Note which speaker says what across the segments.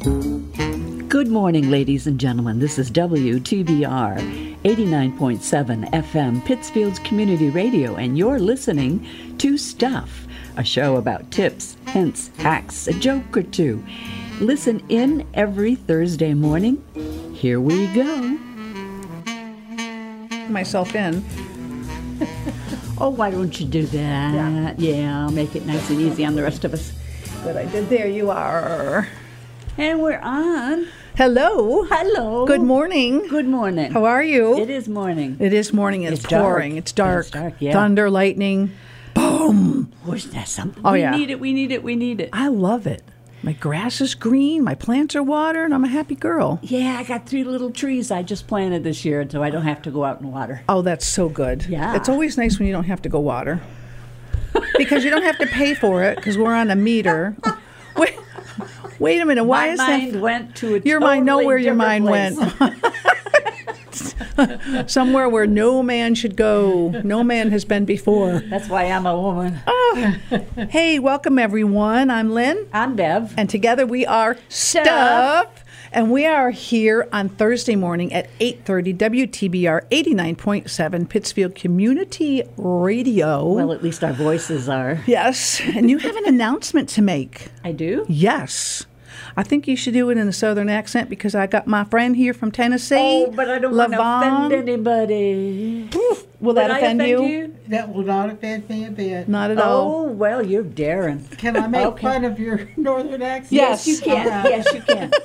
Speaker 1: Good morning, ladies and gentlemen. This is WTBR 89.7 FM, Pittsfield's Community Radio, and you're listening to Stuff, a show about tips, hints, hacks, a joke or two. Listen in every Thursday morning. Here we go.
Speaker 2: myself in.
Speaker 1: Oh, why don't you do that? Yeah, I'll make it nice and easy on the rest of us.
Speaker 2: Good I did. There you are.
Speaker 1: And we're on.
Speaker 2: Hello.
Speaker 1: Hello.
Speaker 2: Good morning.
Speaker 1: Good morning.
Speaker 2: How are you?
Speaker 1: It is morning.
Speaker 2: It is morning. It's,
Speaker 1: It's dark.
Speaker 2: pouring. It's dark.
Speaker 1: It's dark, yeah.
Speaker 2: Thunder, lightning.
Speaker 1: Where's that something?
Speaker 2: Oh,
Speaker 1: we
Speaker 2: yeah.
Speaker 1: need it. We need it. We need it.
Speaker 2: I love it. My grass is green. My plants are watered. I'm a happy girl.
Speaker 1: Yeah, I got three little trees I just planted this year, so I don't have to go out and water.
Speaker 2: Oh, that's so good.
Speaker 1: Yeah.
Speaker 2: It's always nice when you don't have to go water because you don't have to pay for it because we're on a meter. Wait, wait a minute. Why
Speaker 1: My
Speaker 2: is
Speaker 1: mind
Speaker 2: that?
Speaker 1: went to a
Speaker 2: Your mind know
Speaker 1: totally
Speaker 2: where your
Speaker 1: different
Speaker 2: mind
Speaker 1: place.
Speaker 2: went. Somewhere where no man should go. No man has been before.
Speaker 1: That's why I'm a woman.
Speaker 2: Hey, welcome everyone. I'm Lynn,
Speaker 1: I'm Bev.
Speaker 2: and together we are Stuff, and we are here on Thursday morning at 8:30 WTBR 89.7 Pittsfield Community Radio.
Speaker 1: Well, at least our voices are.
Speaker 2: yes, and you have an announcement to make.
Speaker 1: I do.
Speaker 2: Yes. I think you should do it in a southern accent because I got my friend here from Tennessee.
Speaker 1: Oh, but I don't want to
Speaker 2: Lavon.
Speaker 1: offend anybody.
Speaker 2: Will
Speaker 1: Did
Speaker 2: that
Speaker 1: I
Speaker 2: offend, you?
Speaker 3: That will not offend me a bit.
Speaker 2: Not at all.
Speaker 1: Oh well, you're daring.
Speaker 3: Can I make
Speaker 1: Okay.
Speaker 3: fun of your northern accent?
Speaker 2: Yes.
Speaker 1: You can.
Speaker 3: All right.
Speaker 1: Yes, you can.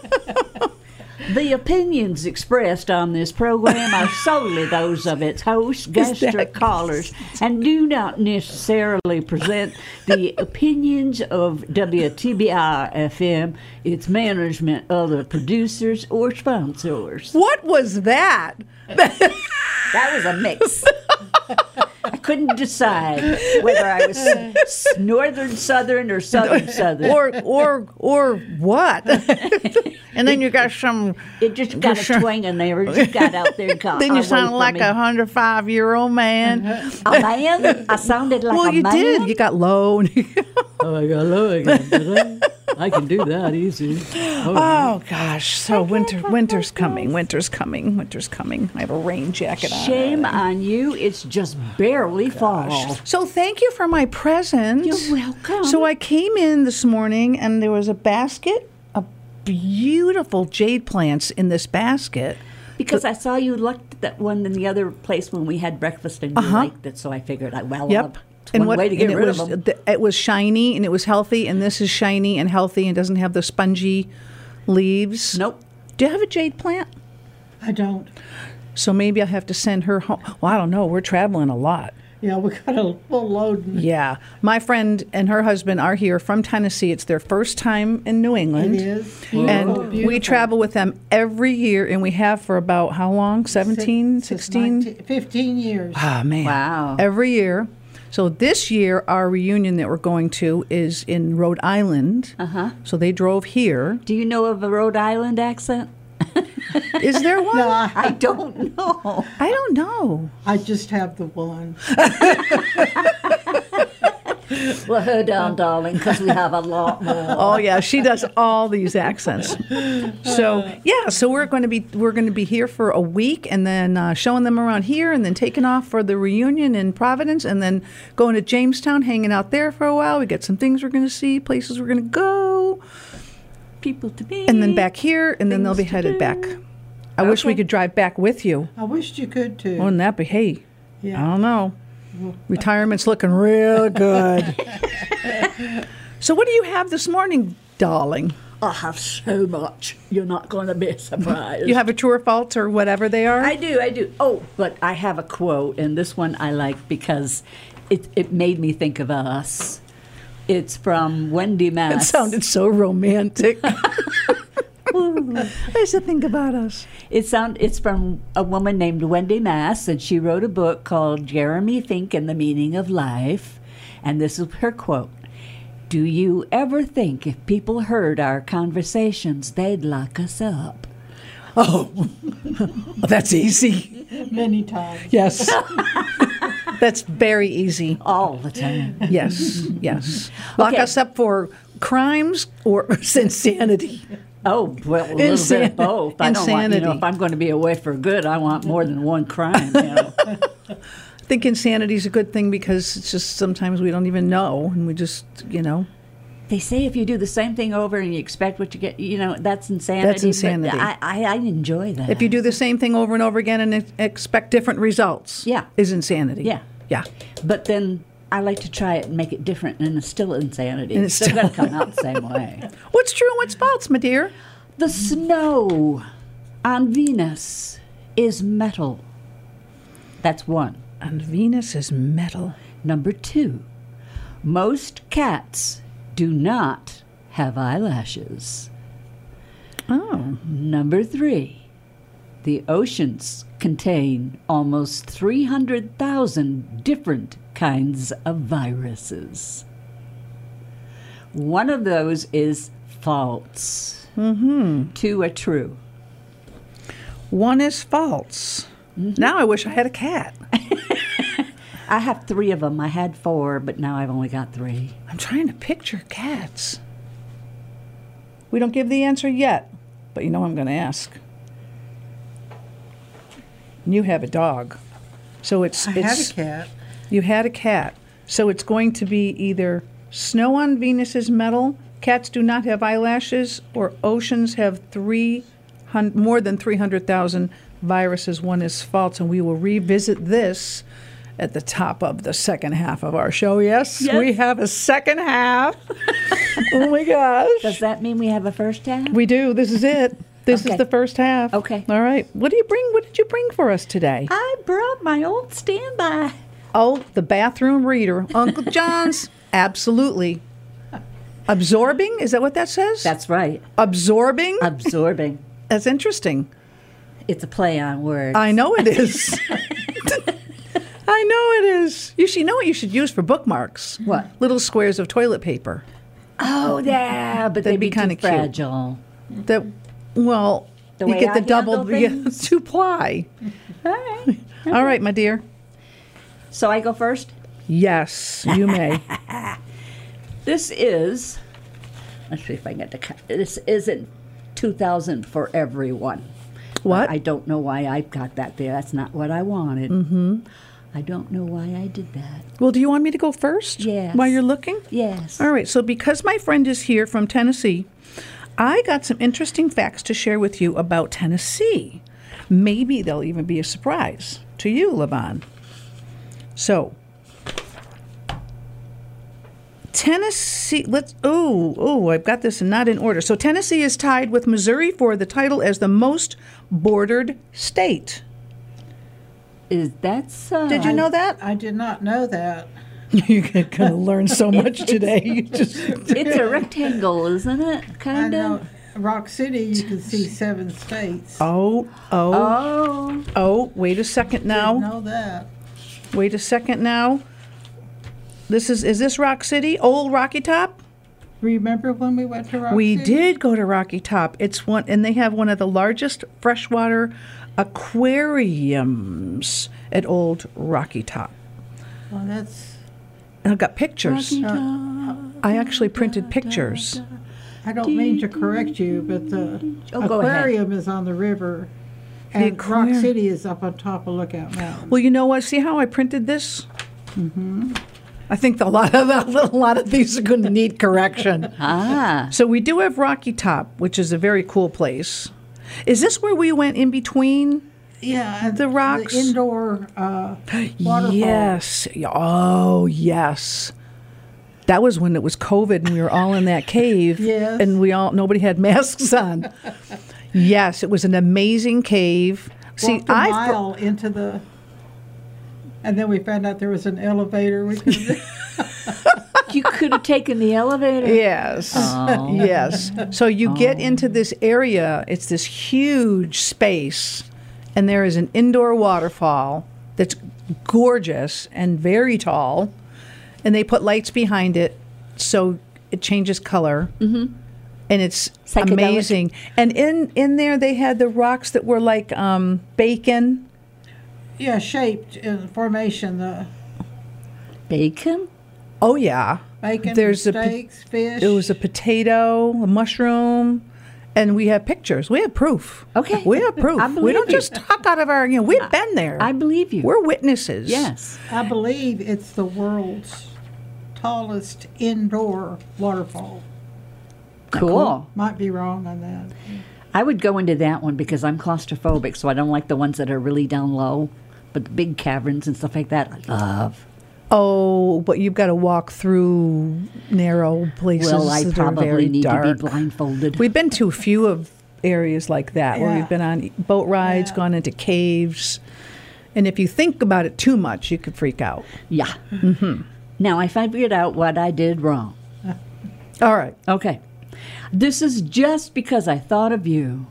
Speaker 1: The opinions expressed on this program are solely those of its hosts, guests, or callers, and do not necessarily present the opinions of WTBR FM, its management, other producers, or sponsors.
Speaker 2: What was that?
Speaker 1: That was a mix. I couldn't decide whether I was s- northern southern or southern southern.
Speaker 2: or or or what? and then you got some.
Speaker 1: It just got a twang in there. It just got out there and "Oh, got
Speaker 2: Then
Speaker 1: away
Speaker 2: you sounded
Speaker 1: from
Speaker 2: like
Speaker 1: me.
Speaker 2: a hundred five year old man.
Speaker 1: a man. I sounded like
Speaker 2: well,
Speaker 1: a
Speaker 2: you
Speaker 1: man.
Speaker 2: did. You got low.
Speaker 1: Oh, I got low again. I can do that easy.
Speaker 2: oh gosh! So winter, winter's coming. Winter's coming. Winter's coming. I have a rain jacket on.
Speaker 1: Shame on you. It's just
Speaker 2: Oh,
Speaker 1: barely fall.
Speaker 2: So thank you for my present.
Speaker 1: You're welcome.
Speaker 2: So I came in this morning and there was a basket of beautiful jade plants in this basket.
Speaker 1: Because I saw you looked at that one in the other place when we had breakfast and you liked it, so I figured, I well,
Speaker 2: Uh-huh. Yep.
Speaker 1: it's one way to get
Speaker 2: and it
Speaker 1: rid
Speaker 2: was,
Speaker 1: of them.
Speaker 2: th- it was shiny and it was healthy, and this is shiny and healthy and doesn't have the spongy leaves.
Speaker 1: Nope.
Speaker 2: Do you have a jade plant?
Speaker 3: I don't.
Speaker 2: So maybe I'll have to send her home. Well, I don't know. We're traveling a lot.
Speaker 3: Yeah, we got a full load.
Speaker 2: Yeah. My friend and her husband are here from Tennessee. It's their first time in New England.
Speaker 3: It is.
Speaker 2: And
Speaker 3: Beautiful,
Speaker 2: we
Speaker 3: beautiful.
Speaker 2: travel with them every year, and we have for about how long? 17,
Speaker 3: Six-
Speaker 2: 16?
Speaker 3: 19 15 years.
Speaker 2: Ah, man.
Speaker 1: Wow.
Speaker 2: Every year. So this year, our reunion that we're going to is in Rhode Island. Uh huh. So they drove here.
Speaker 1: Do you know of a Rhode Island accent?
Speaker 2: Is there one?
Speaker 1: I don't know.
Speaker 2: I don't know.
Speaker 3: I just have the one.
Speaker 1: Well, hold on, darling, because we have a lot more.
Speaker 2: Oh yeah, she does all these accents. So yeah, so we're going to be we're going to be here for a week, and then uh, showing them around here, and then taking off for the reunion in Providence, and then going to Jamestown, hanging out there for a while. We got some things we're going to see, places we're going to go,
Speaker 1: People to be.
Speaker 2: and then back here, and then they'll be
Speaker 1: Things to
Speaker 2: headed
Speaker 1: do.
Speaker 2: back. I wish we could drive back with you.
Speaker 3: I wished you could too.
Speaker 2: Wouldn't that be hey?
Speaker 3: Yeah.
Speaker 2: I don't know. Retirement's looking real good. so what do you have this morning, darling?
Speaker 1: I have so much. You're not going to be surprised.
Speaker 2: You have a true or false or whatever they are?
Speaker 1: I do, I do. Oh, but I have a quote, and this one I like because it, it made me think of us. It's from Wendy
Speaker 2: That
Speaker 1: Mass.
Speaker 2: sounded so romantic. I used to think about us.
Speaker 1: It sound it's from a woman named Wendy Mass, and she wrote a book called Jeremy Think and the Meaning of Life. And this is her quote. Do you ever think if people heard our conversations, they'd lock us up?
Speaker 2: that's easy.
Speaker 3: many times.
Speaker 2: Yes. that's very easy.
Speaker 1: All the time.
Speaker 2: Yes, yes. Lock
Speaker 1: Okay.
Speaker 2: us up for crimes or insanity.
Speaker 1: Oh, well, a little bit
Speaker 2: Insanity.
Speaker 1: of both. I don't want, you know,
Speaker 2: Insanity.
Speaker 1: if I'm going to be away for good, I want more than one crime, you know.
Speaker 2: I think insanity is a good thing because it's just sometimes we don't even know and we just, you know.
Speaker 1: they say if you do the same thing over and you expect what you get, you know, that's insanity. but
Speaker 2: insanity.
Speaker 1: I, I, I enjoy that.
Speaker 2: If you do the same thing over and over again and ex- expect different results,
Speaker 1: Yeah.
Speaker 2: is insanity.
Speaker 1: Yeah.
Speaker 2: yeah.
Speaker 1: But then I like to try it and make it different, and it's still insanity.
Speaker 2: And
Speaker 1: it's
Speaker 2: it's
Speaker 1: still
Speaker 2: still-
Speaker 1: going to come out the same way.
Speaker 2: What's true and what's false, my dear?
Speaker 1: The snow on Venus is metal. That's one.
Speaker 2: And Venus is metal.
Speaker 1: Number two, most cats do not have eyelashes.
Speaker 2: Oh,
Speaker 1: Number three, the oceans contain almost 300,000 different kinds of viruses. One of those is false, mm-hmm. two are true.
Speaker 2: one is false.
Speaker 1: Mm-hmm.
Speaker 2: Now I wish I had a cat.
Speaker 1: I have three of them. I had four, but now I've only got three.
Speaker 2: I'm trying to picture cats. We don't give the answer yet, but you know I'm going to ask. You have a dog, so it's
Speaker 3: I had a
Speaker 2: it's
Speaker 3: cat.
Speaker 2: you had a cat, so it's going to be either snow on Venus's metal, cats do not have eyelashes, or oceans have three hun- more than three hundred thousand viruses. One is false, and we will revisit this. At the top of the second half of our show, yes,
Speaker 1: Yes.
Speaker 2: we have a second half. oh my gosh.
Speaker 1: Does that mean we have a first half?
Speaker 2: We do. This is it. This
Speaker 1: Okay.
Speaker 2: is the first half.
Speaker 1: Okay.
Speaker 2: All right. What do you bring? What did you bring for us today?
Speaker 1: I brought my old standby.
Speaker 2: Oh, the bathroom reader, Uncle John's. Absolutely. Absorbing? Is that what that says?
Speaker 1: That's right.
Speaker 2: absorbing.
Speaker 1: Absorbing.
Speaker 2: That's interesting.
Speaker 1: It's a play on words.
Speaker 2: I know it is. I know it is. You should you know what you should use for bookmarks.
Speaker 1: What?
Speaker 2: Little squares of toilet paper.
Speaker 1: Oh yeah, but
Speaker 2: That'd
Speaker 1: they'd be,
Speaker 2: be
Speaker 1: kind
Speaker 2: kinda
Speaker 1: of
Speaker 2: cute.
Speaker 1: fragile.
Speaker 2: That well,
Speaker 1: The
Speaker 2: you
Speaker 1: way
Speaker 2: get
Speaker 1: I
Speaker 2: the double
Speaker 1: handle
Speaker 2: yeah, two ply.
Speaker 1: All right.
Speaker 2: All right, my dear.
Speaker 1: So I go first.
Speaker 2: Yes, you may.
Speaker 1: This is. Let's see if I can get the. co- This isn't 2,000 for everyone.
Speaker 2: What?
Speaker 1: I don't know why I got that there. That's not what I wanted. Mm-hmm. I don't know why I did that.
Speaker 2: Well, do you want me to go first?
Speaker 1: Yes.
Speaker 2: While you're looking?
Speaker 1: Yes.
Speaker 2: All right. So, because my friend is here from Tennessee, I got some interesting facts to share with you about Tennessee. Maybe they'll even be a surprise to you, Levon. So, Tennessee, let's, oh, oh, I've got this not in order. So, Tennessee is tied with Missouri for the title as the most bordered state.
Speaker 1: Is that so?
Speaker 2: Did you know that?
Speaker 3: I did not know that.
Speaker 2: You're going to learn so much today. You just.
Speaker 1: It's a rectangle, isn't it?
Speaker 3: I
Speaker 1: Kind
Speaker 3: know
Speaker 1: of.
Speaker 3: Rock City, you can see seven states. I
Speaker 2: Oh, oh,
Speaker 1: Oh.
Speaker 2: oh, wait a second
Speaker 3: didn't
Speaker 2: now.
Speaker 3: know that.
Speaker 2: Wait a second now. This is, is this Rock City? Old Rocky Top?
Speaker 3: Remember when we went to Rock
Speaker 2: We
Speaker 3: City?
Speaker 2: did go to Rocky Top. It's one, and they have one of the largest freshwater aquariums at Old Rocky Top.
Speaker 3: Well, that's.
Speaker 2: And I've got pictures. I actually printed pictures.
Speaker 3: I don't mean to correct you, but the
Speaker 1: Oh, go ahead.
Speaker 3: aquarium is on the river, and Rock
Speaker 2: aquarium.
Speaker 3: City is up on top of Lookout Mountain.
Speaker 2: Well, you know what? See how I printed this? Mm-hmm. I think a lot of a lot of these are going to need correction.
Speaker 1: Ah.
Speaker 2: So we do have Rocky Top, which is a very cool place. Is this where we went in between?
Speaker 3: Yeah, and
Speaker 2: The rocks.
Speaker 3: the indoor uh, waterfall.
Speaker 2: Yes. Oh, yes. That was when it was COVID and we were all in that cave.
Speaker 3: Yes.
Speaker 2: And we all nobody had masks on. yes, it was an amazing cave. See,
Speaker 3: Walked a
Speaker 2: I have
Speaker 3: mile into the, and then we found out there was an elevator. We could
Speaker 1: you could have taken the elevator.
Speaker 2: Yes. Yes. So you get into this area, it's this huge space, and there is an indoor waterfall that's gorgeous and very tall, and they put lights behind it so it changes color. Mm-hmm. And it's
Speaker 4: Psychedelic.
Speaker 2: amazing. And in, in there, they had the rocks that were like um, bacon.
Speaker 3: Yeah, shaped in formation. The
Speaker 4: Bacon?
Speaker 2: Oh, yeah.
Speaker 3: bacon,
Speaker 2: There's a pa-
Speaker 3: steaks, fish.
Speaker 2: It was a potato, a mushroom, and we have pictures. We have proof.
Speaker 4: Okay.
Speaker 2: We have proof.
Speaker 4: I
Speaker 2: We don't
Speaker 4: believe you.
Speaker 2: just talk out of our, you know, we've been there.
Speaker 1: I believe you.
Speaker 2: We're witnesses.
Speaker 1: Yes.
Speaker 3: I believe it's the world's tallest indoor waterfall.
Speaker 1: Cool.
Speaker 3: Might be wrong on that.
Speaker 1: I would go into that one because I'm claustrophobic, so I don't like the ones that are really down low. But the big caverns and stuff like that, I love.
Speaker 2: Oh, but you've got to walk through narrow places
Speaker 1: Well, I
Speaker 2: that are
Speaker 1: probably
Speaker 2: very
Speaker 1: need
Speaker 2: dark.
Speaker 1: to be blindfolded.
Speaker 2: We've been to a few of areas like that where
Speaker 3: Yeah.
Speaker 2: we've been on boat rides, gone into caves. And if you think about it too much, you could freak out.
Speaker 1: yeah. Mm-hmm. Now I figured out what I did wrong.
Speaker 2: All right.
Speaker 1: Okay. This is just because I thought of you.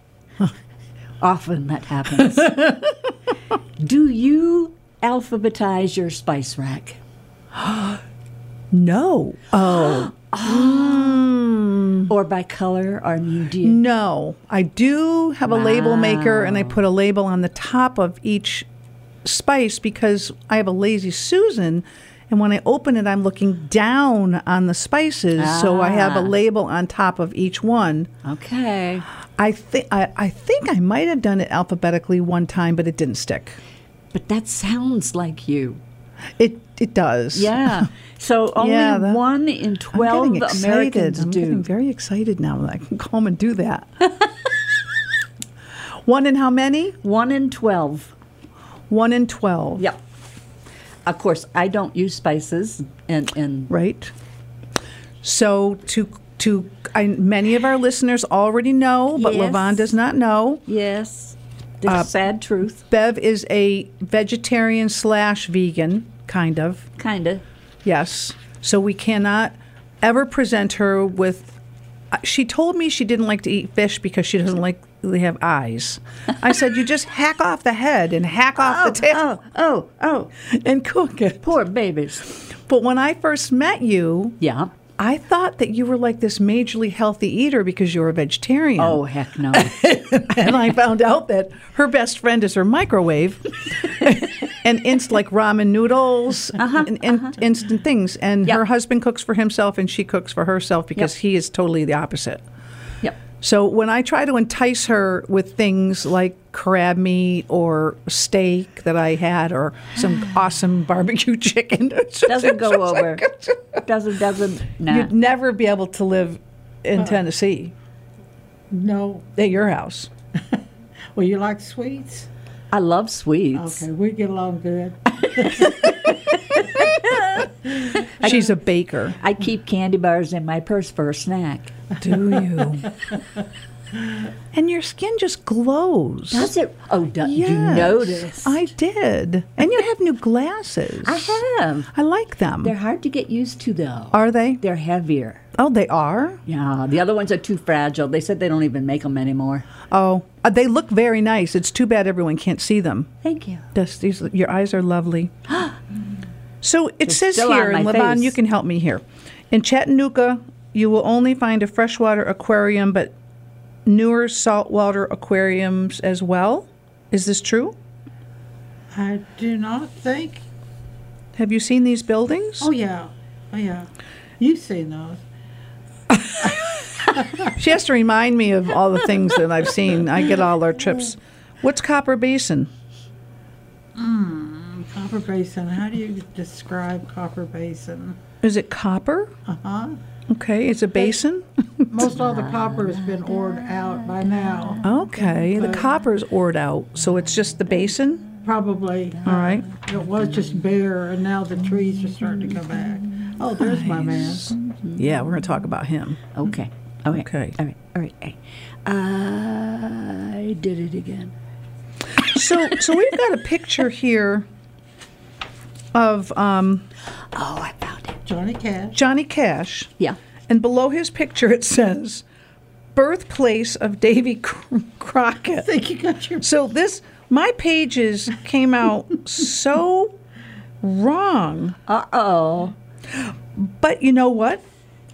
Speaker 1: Often that happens. Do you alphabetize your spice rack?
Speaker 2: No. Oh.
Speaker 1: Or by color? Or I mean, do you?
Speaker 2: No, I do have a label maker and I put a label on the top of each spice because I have a lazy Susan. And when I open it, I'm looking down on the spices. So I
Speaker 1: Ah.
Speaker 2: have a label on top of each one.
Speaker 1: Okay.
Speaker 2: I, think I, I think I might have done it alphabetically one time, but it didn't stick.
Speaker 1: But that sounds like you.
Speaker 2: It, it does.
Speaker 1: Yeah. So only
Speaker 2: Yeah, that-
Speaker 1: one in
Speaker 2: I'm
Speaker 1: 12
Speaker 2: getting excited.
Speaker 1: Americans
Speaker 2: I'm
Speaker 1: do.
Speaker 2: getting very excited now that I can go home and do that. one in how many?
Speaker 1: one in 12.
Speaker 2: One in 12.
Speaker 1: Yep. Of course, I don't use spices, and, and
Speaker 2: right? So to to I, many of our listeners already know, but
Speaker 1: Yes.
Speaker 2: Levon does not know.
Speaker 1: yes, the
Speaker 2: Uh,
Speaker 1: sad truth,
Speaker 2: Bev is a vegetarian slash vegan, kind of.
Speaker 1: kind of.
Speaker 2: Yes. So we cannot ever present her with. uh, She told me she didn't like to eat fish because she doesn't like they have eyes. I said you just hack off the head and hack off the tail
Speaker 1: Oh, oh,
Speaker 2: and cook it.
Speaker 1: poor babies.
Speaker 2: But when I first met you,
Speaker 1: Yeah.
Speaker 2: I thought that you were like this majorly healthy eater because you're a vegetarian.
Speaker 1: Oh, heck no.
Speaker 2: And I found out that her best friend is her microwave and inst like ramen noodles and, in- instant things. And
Speaker 1: Uh-huh,
Speaker 2: her
Speaker 1: Yep.
Speaker 2: husband cooks for himself and she cooks for herself because
Speaker 1: Yep.
Speaker 2: he is totally the opposite.
Speaker 1: yep.
Speaker 2: So when I try to entice her with things like crab meat or steak that I had or some awesome barbecue chicken, it's just-
Speaker 1: Doesn't go
Speaker 2: it's just
Speaker 1: over.
Speaker 2: like-
Speaker 1: Doesn't, doesn't, nah.
Speaker 2: you'd never be able to live
Speaker 1: Uh.
Speaker 2: in Tennessee
Speaker 3: No.
Speaker 2: at your house.
Speaker 3: Well, you like sweets?
Speaker 1: I love sweets.
Speaker 3: Okay, we get along good.
Speaker 2: She's a baker.
Speaker 1: I keep candy bars in my purse for a snack.
Speaker 2: Do you? and your skin just glows.
Speaker 1: Does it? Oh, do,
Speaker 2: Yes.
Speaker 1: you notice?
Speaker 2: I did. And you have new glasses.
Speaker 1: I have.
Speaker 2: I like them.
Speaker 1: They're hard to get used to, though.
Speaker 2: Are they?
Speaker 1: They're heavier.
Speaker 2: Oh, they are?
Speaker 1: Yeah, the other ones are too fragile. They said they don't even make them anymore.
Speaker 2: Oh, uh, they look very nice. It's too bad everyone can't see them.
Speaker 1: Thank you.
Speaker 2: This, these, your eyes are lovely. so it says
Speaker 1: still on
Speaker 2: here, and
Speaker 1: my
Speaker 2: Levon,
Speaker 1: face.
Speaker 2: you can help me here. In Chattanooga, you will only find a freshwater aquarium, but newer saltwater aquariums as well. Is this true?
Speaker 3: I do not think.
Speaker 2: Have you seen these buildings?
Speaker 3: Oh, yeah. Oh, yeah. You've seen those.
Speaker 2: She has to remind me of all the things that I've seen. I get all our trips. What's Copper Basin?
Speaker 3: Copper Basin. How do you describe Copper Basin?
Speaker 2: Is it copper?
Speaker 3: Uh
Speaker 2: Uh-huh.
Speaker 3: huh.
Speaker 2: Okay, it's a basin.
Speaker 3: Most all the copper has been ored out by now,
Speaker 2: Okay, the copper's ored out, so it's just the basin.
Speaker 3: probably.
Speaker 2: All right.
Speaker 3: It was just bare, and now the trees are starting to come back. Oh, there's my man.
Speaker 2: Mm-hmm. Yeah, we're gonna talk about him.
Speaker 1: Okay. Okay.
Speaker 2: Okay.
Speaker 1: All right. All right. All right. I did it again.
Speaker 2: So, so we've got a picture here of um,
Speaker 1: Oh, I found it.
Speaker 3: Johnny Cash.
Speaker 2: Johnny Cash.
Speaker 1: Yeah.
Speaker 2: And below his picture, it says, "Birthplace of Davy Cro- Crockett."
Speaker 3: I think you got your.
Speaker 2: So this my pages came out so wrong.
Speaker 1: Uh oh.
Speaker 2: But you know what?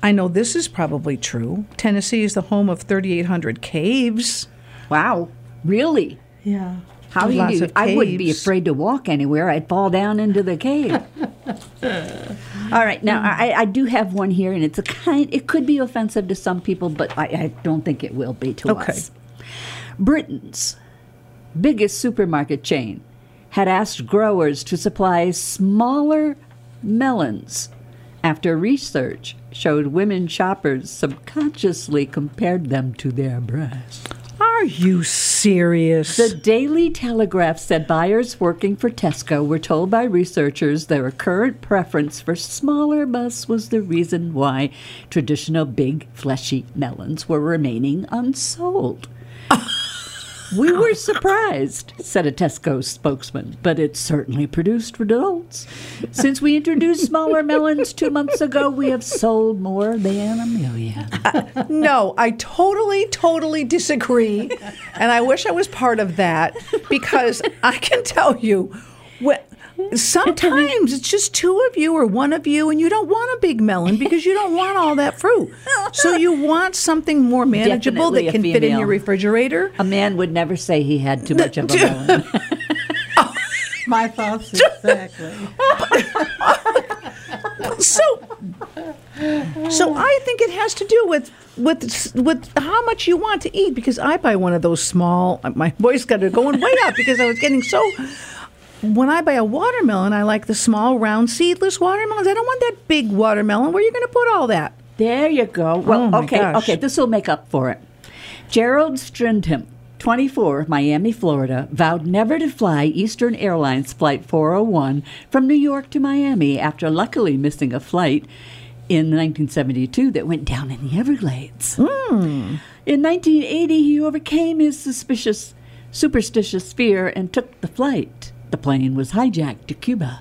Speaker 2: I know this is probably true. Tennessee is the home of 3,800 caves.
Speaker 1: Wow. Really?
Speaker 3: Yeah.
Speaker 1: How do
Speaker 2: Lots
Speaker 1: you?
Speaker 2: of
Speaker 1: I wouldn't be
Speaker 2: caves.
Speaker 1: afraid to walk anywhere. I'd fall down into the cave. All right, now
Speaker 2: Hmm.
Speaker 1: I, I do have one here, and it's a kind. It could be offensive to some people, but I, I don't think it will be to
Speaker 2: Okay.
Speaker 1: us. Britain's biggest supermarket chain had asked growers to supply smaller melons after research showed women shoppers subconsciously compared them to their breasts.
Speaker 2: Are you serious?
Speaker 1: The Daily Telegraph said buyers working for Tesco were told by researchers their current preference for smaller busts was the reason why traditional big fleshy melons were remaining unsold. we were surprised, said a Tesco spokesman, but it certainly produced results. Since we introduced smaller melons two months ago, we have sold more than a million.
Speaker 2: no, I totally, totally disagree. and I wish I was part of that because I can tell you, what, sometimes it's just two of you or one of you, and you don't want a big melon because you don't want all that fruit. So you want something more manageable
Speaker 1: Definitely a
Speaker 2: that can fit in
Speaker 1: female.
Speaker 2: your refrigerator.
Speaker 1: A man would never say he had too much of a melon.
Speaker 3: My thoughts exactly.
Speaker 2: so so I think it has to do with with with how much you want to eat because I buy one of those small my voice got to going way up because I was getting so when I buy a watermelon I like the small round seedless watermelons I don't want that big watermelon where are you going to put all that
Speaker 1: There you go. Well,
Speaker 2: Oh, my
Speaker 1: okay,
Speaker 2: gosh.
Speaker 1: okay, this will make up for it. Gerald Strindham, 24, Miami, Florida, vowed never to fly Eastern Airlines Flight 401 from New York to Miami after luckily missing a flight in 1972 that went down in the Everglades. In 1980, he overcame his suspicious, superstitious fear and took the flight. The plane was hijacked to Cuba.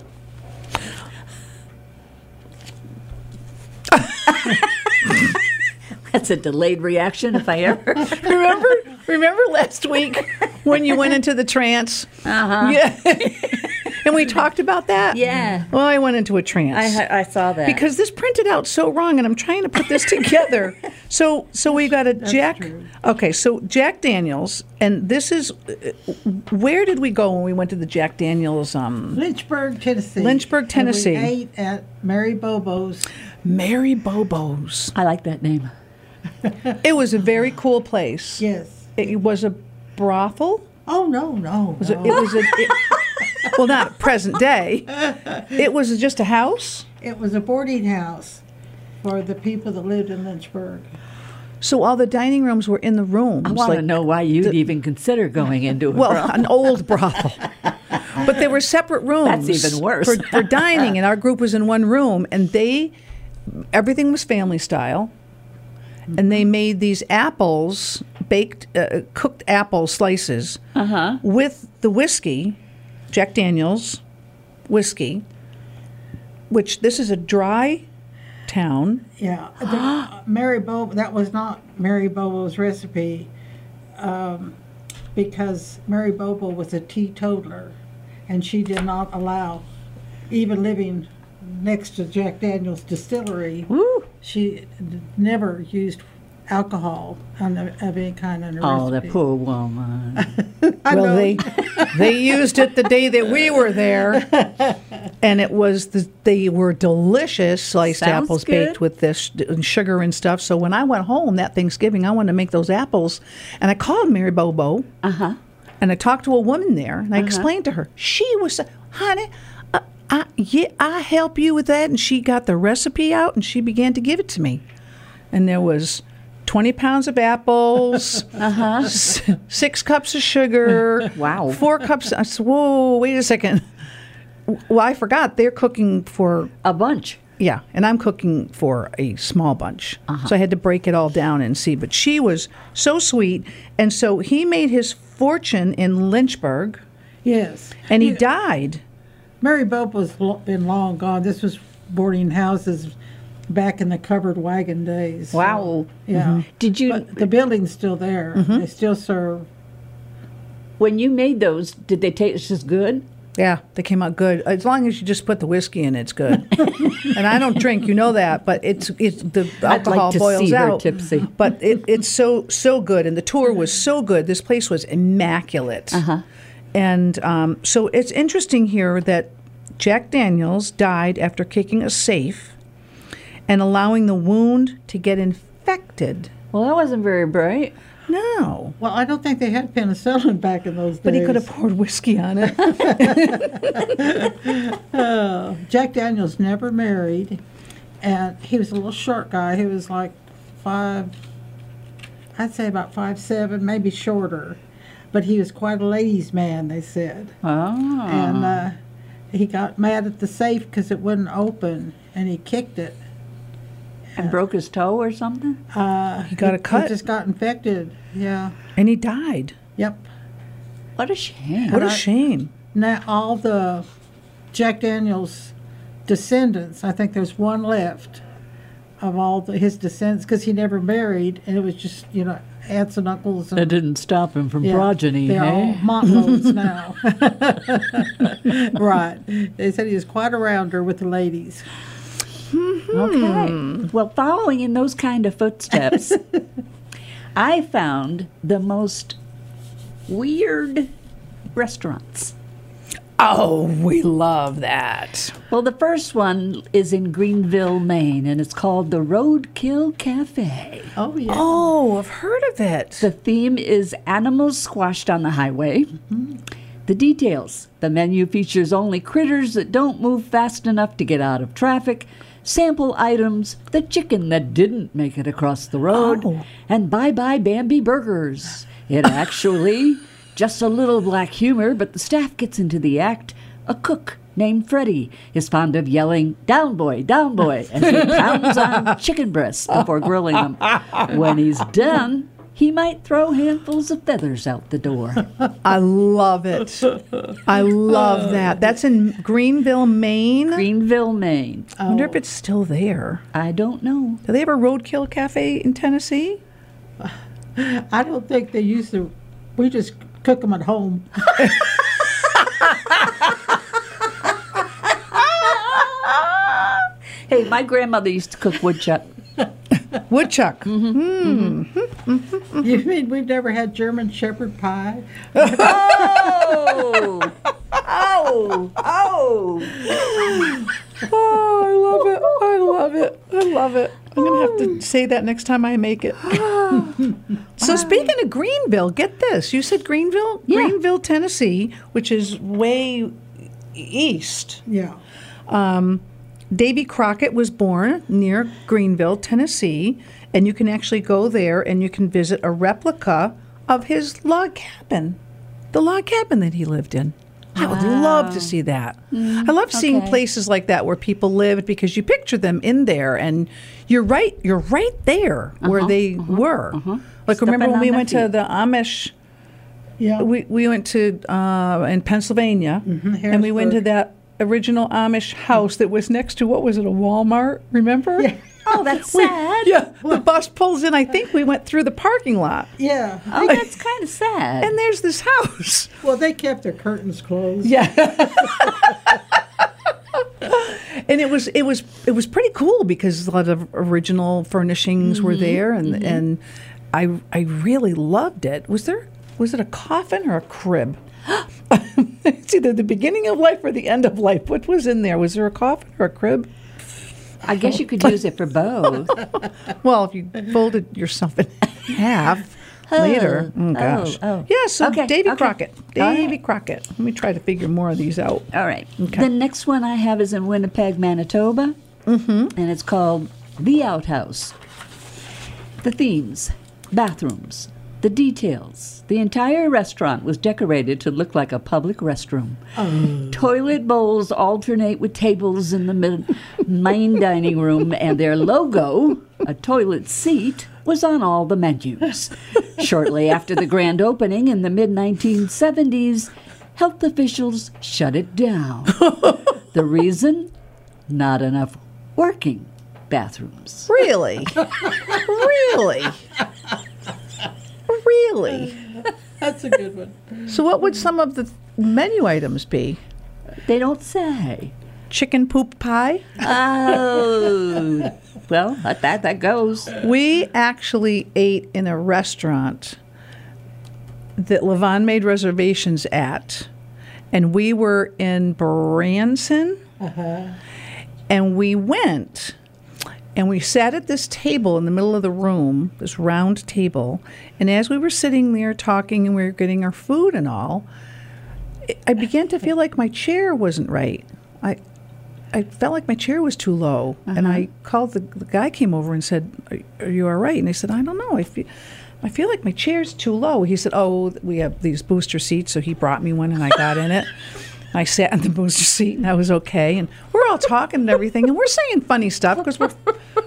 Speaker 1: That's a delayed reaction if I ever.
Speaker 2: remember remember last week when you went into the trance uh-huh. yeah and we talked about that
Speaker 1: Yeah.
Speaker 2: well I went into a trance
Speaker 1: I saw that.
Speaker 2: because this printed out so wrong and I'm trying to put this together. so so we got a Jack Okay, so Jack Daniels and this is where did we go when we went to the Jack Daniels um
Speaker 3: Lynchburg, Tennessee.
Speaker 2: Lynchburg, Tennessee.
Speaker 3: And we ate at Mary Bobo's.
Speaker 2: Mary Bobo's.
Speaker 1: I like that name.
Speaker 2: It was a very cool place.
Speaker 3: Yes.
Speaker 2: It was a brothel.
Speaker 3: Oh no no.
Speaker 2: It
Speaker 3: no.
Speaker 2: was a it- Well, not present day. It was just a house.
Speaker 3: It was a boarding house for the people that lived in Lynchburg.
Speaker 2: So all the dining rooms were in the rooms.
Speaker 1: I want to
Speaker 2: like-
Speaker 1: know why you'd even consider going into it.
Speaker 2: Well, an old brothel. But they were separate rooms.
Speaker 1: even worse.
Speaker 2: For, for dining, and our group was in one room, and they, everything was family style. And they made these apples, baked, uh, cooked apple slices
Speaker 1: Uh-huh.
Speaker 2: with the whiskey, Jack Daniels whiskey, which this is a dry town.
Speaker 3: Yeah. The- Mary Bobo, that was not Mary Bobo's recipe um, because Mary Bobo was a teetotaler and she did not allow, even living next to Jack Daniels Distillery, she d- never used alcohol on the, of any kind on her
Speaker 1: oh, the
Speaker 3: recipe.
Speaker 1: poor woman.
Speaker 2: well,
Speaker 3: know.
Speaker 2: they they used it the day that we were there, and it was the, they were delicious sliced
Speaker 1: Sounds
Speaker 2: apples
Speaker 1: good.
Speaker 2: baked with this and sugar and stuff. So when I went home that Thanksgiving, I wanted to make those apples, and I called Mary Bobo, and I talked to a woman there, and I explained to her. She was, honey. Uh, I, yeah, I help you with that, and she got the recipe out, and she began to give it to me and there was 20 pounds of apples, s- six cups of sugar,
Speaker 1: Wow.
Speaker 2: four cups. I said, whoa, wait a second. Well, I forgot they're cooking for
Speaker 1: A bunch.
Speaker 2: yeah, and I'm cooking for a small bunch. So I had to break it all down and see. But she was so sweet. And so he made his fortune in Lynchburg
Speaker 3: Yes.
Speaker 2: and he died.
Speaker 3: Mary Bobo's lo- been long gone. This was boarding houses back in the covered wagon days. so,
Speaker 2: Wow. Mm-hmm.
Speaker 3: Yeah.
Speaker 1: mm-hmm. Did you
Speaker 3: But the building's still there. They still serve.
Speaker 1: when you made those? Did they taste as good?
Speaker 2: Yeah, they came out good. As long as you just put the whiskey in, it's good. and I don't drink, you know that, but it's it's the
Speaker 1: I'd like
Speaker 2: alcohol
Speaker 1: to
Speaker 2: boils
Speaker 1: see her
Speaker 2: out.
Speaker 1: tipsy.
Speaker 2: But it, it's so so good, and the tour was so good. This place was immaculate. Uh-huh. And um, so it's interesting here that Jack Daniels died after kicking a safe and allowing the wound to get infected.
Speaker 1: Well, that wasn't very bright.
Speaker 2: No.
Speaker 3: Well, I don't think they had penicillin back in those days.
Speaker 2: But he could have poured whiskey on it.
Speaker 3: Uh, Jack Daniels never married, and he was a little short guy. He was like five, I'd say about five seven, maybe shorter, but he was quite a ladies' man. They said,
Speaker 2: Ah.
Speaker 1: Oh,
Speaker 3: and uh, he got mad at the safe because it wouldn't open, and he kicked it.
Speaker 1: and broke his toe or something.
Speaker 3: Uh,
Speaker 2: He got a cut.
Speaker 3: It just got infected. Yeah.
Speaker 2: and he died.
Speaker 3: Yep.
Speaker 1: What a shame.
Speaker 2: What a
Speaker 3: And I-
Speaker 2: shame.
Speaker 3: Now all the Jack Daniels descendants, I think there's one left of all the, his descendants because he never married, and it was just you know aunts and uncles and
Speaker 1: That didn't stop him from
Speaker 3: yeah,
Speaker 1: progeny. eh?
Speaker 3: They're all
Speaker 1: hey?
Speaker 3: Montlows now. right. They said he was quite a rounder with the ladies.
Speaker 1: Okay. Well, following in those kind of footsteps, I found the most weird restaurants.
Speaker 2: Oh, we love that.
Speaker 1: Well, the first one is in Greenville, Maine, and it's called the Roadkill Cafe.
Speaker 3: Oh yeah.
Speaker 2: Oh, I've heard of it.
Speaker 1: The theme is animals squashed on the highway. The details the menu features only critters that don't move fast enough to get out of traffic, sample items, the chicken that didn't make it across the road, and bye bye Bambi burgers. It actually just a little black humor, but the staff gets into the act. A cook named Freddie is fond of yelling, Down boy, down boy, as he pounds on chicken breasts before grilling them. When he's done, he might throw handfuls of feathers out the door.
Speaker 2: I love it. I love that. That's in Greenville, Maine.
Speaker 1: Greenville, Maine.
Speaker 2: I wonder if it's still there.
Speaker 1: I don't know.
Speaker 2: Do they have a roadkill cafe in Tennessee?
Speaker 3: I don't think they used to. We just cook them at home.
Speaker 1: Hey, my grandmother used to cook woodchuck.
Speaker 2: Woodchuck.
Speaker 1: Mm-hmm.
Speaker 3: you mean we've never had German Shepherd pie?
Speaker 1: Oh, oh, oh!
Speaker 2: Oh, I love it. I love it. I love it. I'm going to
Speaker 1: Oh.
Speaker 2: have to say that next time I make it. so, speaking of Greenville, get this. You said Greenville?
Speaker 1: Yeah.
Speaker 2: Greenville, Tennessee, which is way east.
Speaker 3: Yeah.
Speaker 2: Um, Davy Crockett was born near Greenville, Tennessee, and you can actually go there and you can visit a replica of his log cabin, the log cabin that he lived in. I would love to see that. I love seeing
Speaker 1: Mm, okay.
Speaker 2: places like that where people lived because you picture them in there, and you're right, you're right there where they were. Like
Speaker 1: Uh-huh, Stepping
Speaker 2: remember when
Speaker 1: on
Speaker 2: we
Speaker 1: their
Speaker 2: went to
Speaker 1: feet.
Speaker 2: the Amish
Speaker 3: Yeah.
Speaker 2: we, we went to uh, in Pennsylvania, and we went to
Speaker 3: Harrisburg.
Speaker 2: that original Amish house that was next to what was it a Walmart? Remember? Yeah.
Speaker 1: Oh, that's sad.
Speaker 2: the bus pulls in. I think we went through the parking lot,
Speaker 3: Yeah.
Speaker 1: Oh, that's kind of sad.
Speaker 2: and there's this house.
Speaker 3: Well, they kept their curtains closed.
Speaker 2: Yeah. and it was it was it was pretty cool because a lot of original furnishings
Speaker 1: Mm-hmm.
Speaker 2: were there, and and I I really loved it. Was there was it a coffin or a crib? it's either the beginning of life or the end of life. What was in there? Was there a coffin or a crib?
Speaker 1: I guess you could use it for both.
Speaker 2: Well, if you folded yourself in half later.
Speaker 1: Oh,
Speaker 2: Oh, gosh.
Speaker 1: oh.
Speaker 2: Yeah, so
Speaker 1: Okay,
Speaker 2: Davy
Speaker 1: okay.
Speaker 2: Crockett.
Speaker 1: All right.
Speaker 2: Davy Crockett. Let me try to figure more of these out.
Speaker 1: All right.
Speaker 2: Okay.
Speaker 1: The next one I have is in Winnipeg, Manitoba, mm-hmm. and it's called The Outhouse. The themes, bathrooms, the details. The entire restaurant was decorated to look like a public restroom. Toilet bowls alternate with tables in the mid- main dining room, and their logo, a toilet seat, was on all the menus. Shortly after the grand opening in the mid 1970s, health officials shut it down. The reason? not enough working bathrooms.
Speaker 2: Really? really? Really?
Speaker 3: That's a good one.
Speaker 2: So, what would some of the menu items be?
Speaker 1: They don't say.
Speaker 2: Chicken poop pie?
Speaker 1: Oh, well, that, that, that goes.
Speaker 2: Um, We actually ate in a restaurant that Levon made reservations at, and we were in Branson, and we went. And we sat at this table in the middle of the room, this round table. And as we were sitting there talking and we were getting our food and all, I- I began to feel like my chair wasn't right. I, I felt like my chair was too low, and I called the, the guy came over and said, are, "Are you all right?" And I said, "I don't know. I feel, I feel like my chair's too low." He said, "Oh, th- we have these booster seats," so he brought me one, and I got in it. I sat in the booster seat, and I was okay. And we're all talking and everything, and we're saying funny stuff because we're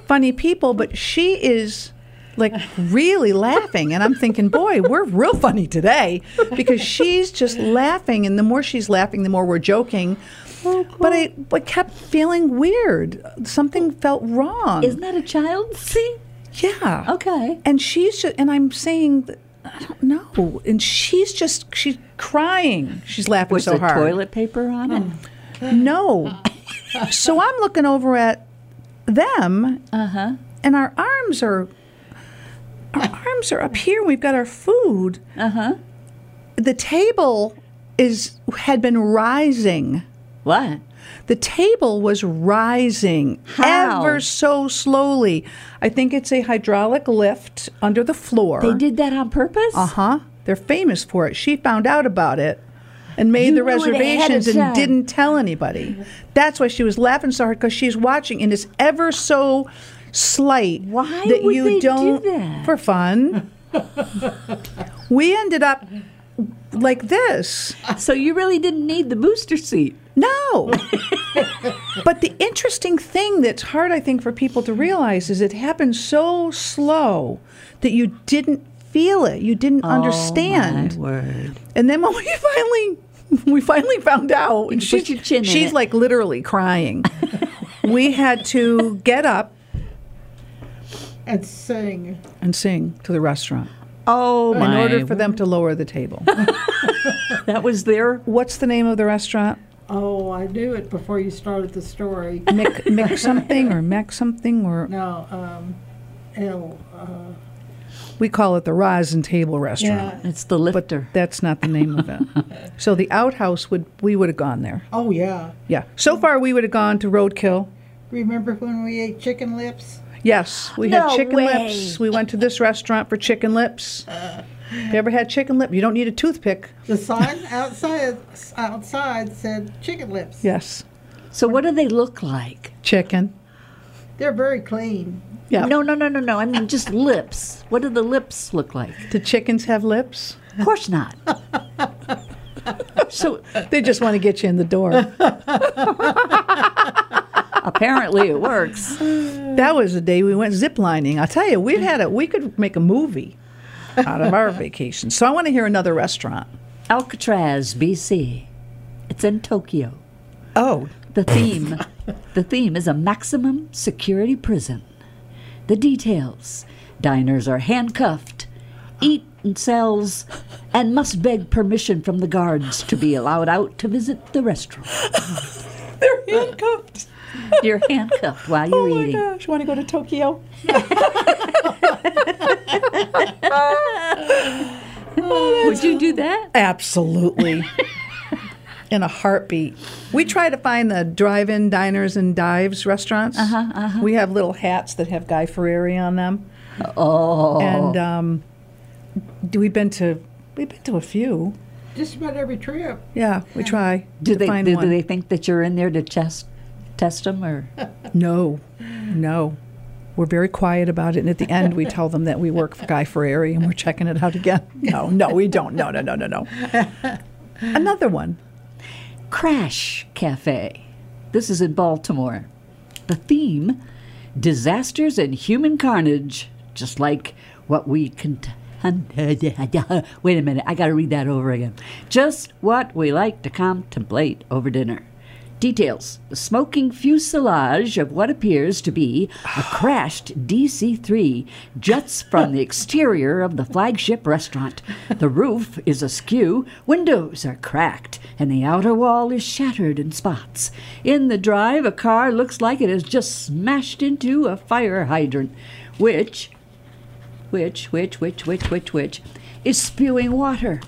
Speaker 2: funny people. But she is like really laughing and i'm thinking boy we're real funny today because she's just laughing and the more she's laughing the more we're joking but I, I kept feeling weird something felt wrong
Speaker 1: Isn't that a child seat?
Speaker 2: yeah
Speaker 1: Okay.
Speaker 2: and she's just and i'm saying th- i don't know and she's just she's crying she's laughing
Speaker 1: Was
Speaker 2: so
Speaker 1: the
Speaker 2: hard
Speaker 1: toilet paper on it?
Speaker 2: no so i'm looking over at them
Speaker 1: Uh-huh.
Speaker 2: and our arms are our arms are up here. We've got our food. Uh huh.
Speaker 1: Uh-huh.
Speaker 2: The table is had been rising.
Speaker 1: What?
Speaker 2: The table was rising
Speaker 1: How?
Speaker 2: ever so slowly. I think it's a hydraulic lift under the floor.
Speaker 1: They did that on purpose?
Speaker 2: Uh huh. They're famous for it. She found out about it and made
Speaker 1: You
Speaker 2: the
Speaker 1: knew it ahead of
Speaker 2: reservations and
Speaker 1: time.
Speaker 2: didn't tell anybody. That's why she was laughing so hard because she's watching and it's ever so slight
Speaker 1: Why
Speaker 2: that
Speaker 1: would
Speaker 2: you
Speaker 1: they do
Speaker 2: don't
Speaker 1: that?
Speaker 2: for fun. we ended up like this.
Speaker 1: So you really didn't need the booster seat.
Speaker 2: No. but the interesting thing that's hard, I think, for people to realize is it happened so slow that you didn't feel it. You didn't understand.
Speaker 1: Oh, My word.
Speaker 2: And then when we finally we finally found out, and
Speaker 1: put
Speaker 2: she's
Speaker 1: your chin in
Speaker 2: she's
Speaker 1: it.
Speaker 2: like literally crying. we had to get up
Speaker 3: And sing.
Speaker 2: and sing to the restaurant
Speaker 1: Oh, my
Speaker 2: in order for them to lower the table.
Speaker 1: That was their
Speaker 2: What's the name of the restaurant?
Speaker 3: Oh, I knew it before you started the story.
Speaker 2: Mick, Mick something or Mac something or
Speaker 3: No, um, L. Uh,
Speaker 2: we call it the Rise and Table Restaurant.
Speaker 3: yeah.
Speaker 1: It's the lifter.
Speaker 2: That's not the name of it. so the outhouse would we would have gone there.
Speaker 3: Oh, yeah.
Speaker 2: Yeah. So far we would have gone to Roadkill.
Speaker 3: Remember when we ate chicken lips?
Speaker 2: Yes, we had
Speaker 1: No
Speaker 2: chicken
Speaker 1: way.
Speaker 2: lips. We went to this restaurant for chicken lips. you ever had chicken lip? You don't need a toothpick.
Speaker 3: The sign outside outside said chicken lips.
Speaker 2: Yes,
Speaker 1: so what do they look like?
Speaker 2: chicken.
Speaker 3: They're very clean.
Speaker 2: Yeah.
Speaker 1: No, no, no, no, no. I mean just lips. What do the lips look like?
Speaker 2: Do chickens have lips?
Speaker 1: Of course not. so
Speaker 2: They just want to get you in the door.
Speaker 1: apparently it works.
Speaker 2: that was the day we went ziplining. I'll tell you, we had it. We could make a movie out of our vacation. So I want to hear another restaurant.
Speaker 1: Alcatraz, BC. It's in Tokyo.
Speaker 2: Oh,
Speaker 1: The theme, the theme is a maximum security prison. The details: diners are handcuffed, eat in cells, and must beg permission from the guards to be allowed out to visit the restaurant.
Speaker 2: they're handcuffed.
Speaker 1: You're handcuffed while you're
Speaker 2: Oh my
Speaker 1: eating.
Speaker 2: gosh, want to go to Tokyo?
Speaker 1: Would you do that?
Speaker 2: Absolutely. In a heartbeat. We try to find the drive in diners and dives restaurants. Uh-huh, We have little hats that have Guy Ferrari on them. Oh. And um, d- we've been to we've been to a few.
Speaker 3: Just about every trip.
Speaker 2: Yeah, we try
Speaker 1: Do
Speaker 2: to
Speaker 1: they
Speaker 2: find
Speaker 1: do,
Speaker 2: one.
Speaker 1: do they think that you're in there to test test them or?
Speaker 2: No, no. We're very quiet about it. And at the end, we tell them that we work for Guy Ferrari and we're checking it out again. No, no, we don't. No, no, no, no, no. Another one.
Speaker 1: Crash Cafe. This is in Baltimore. The theme disasters and human carnage, just like what we cont- Wait a minute, I gotta read that over again. Just what we like to contemplate over dinner. Details The smoking fuselage of what appears to be a crashed DC 3 juts from the exterior of the flagship restaurant. The roof is askew, windows are cracked, and the outer wall is shattered in spots. In the drive, a car looks like it has just smashed into a fire hydrant, which which, which, which, which, which, which, is spewing water.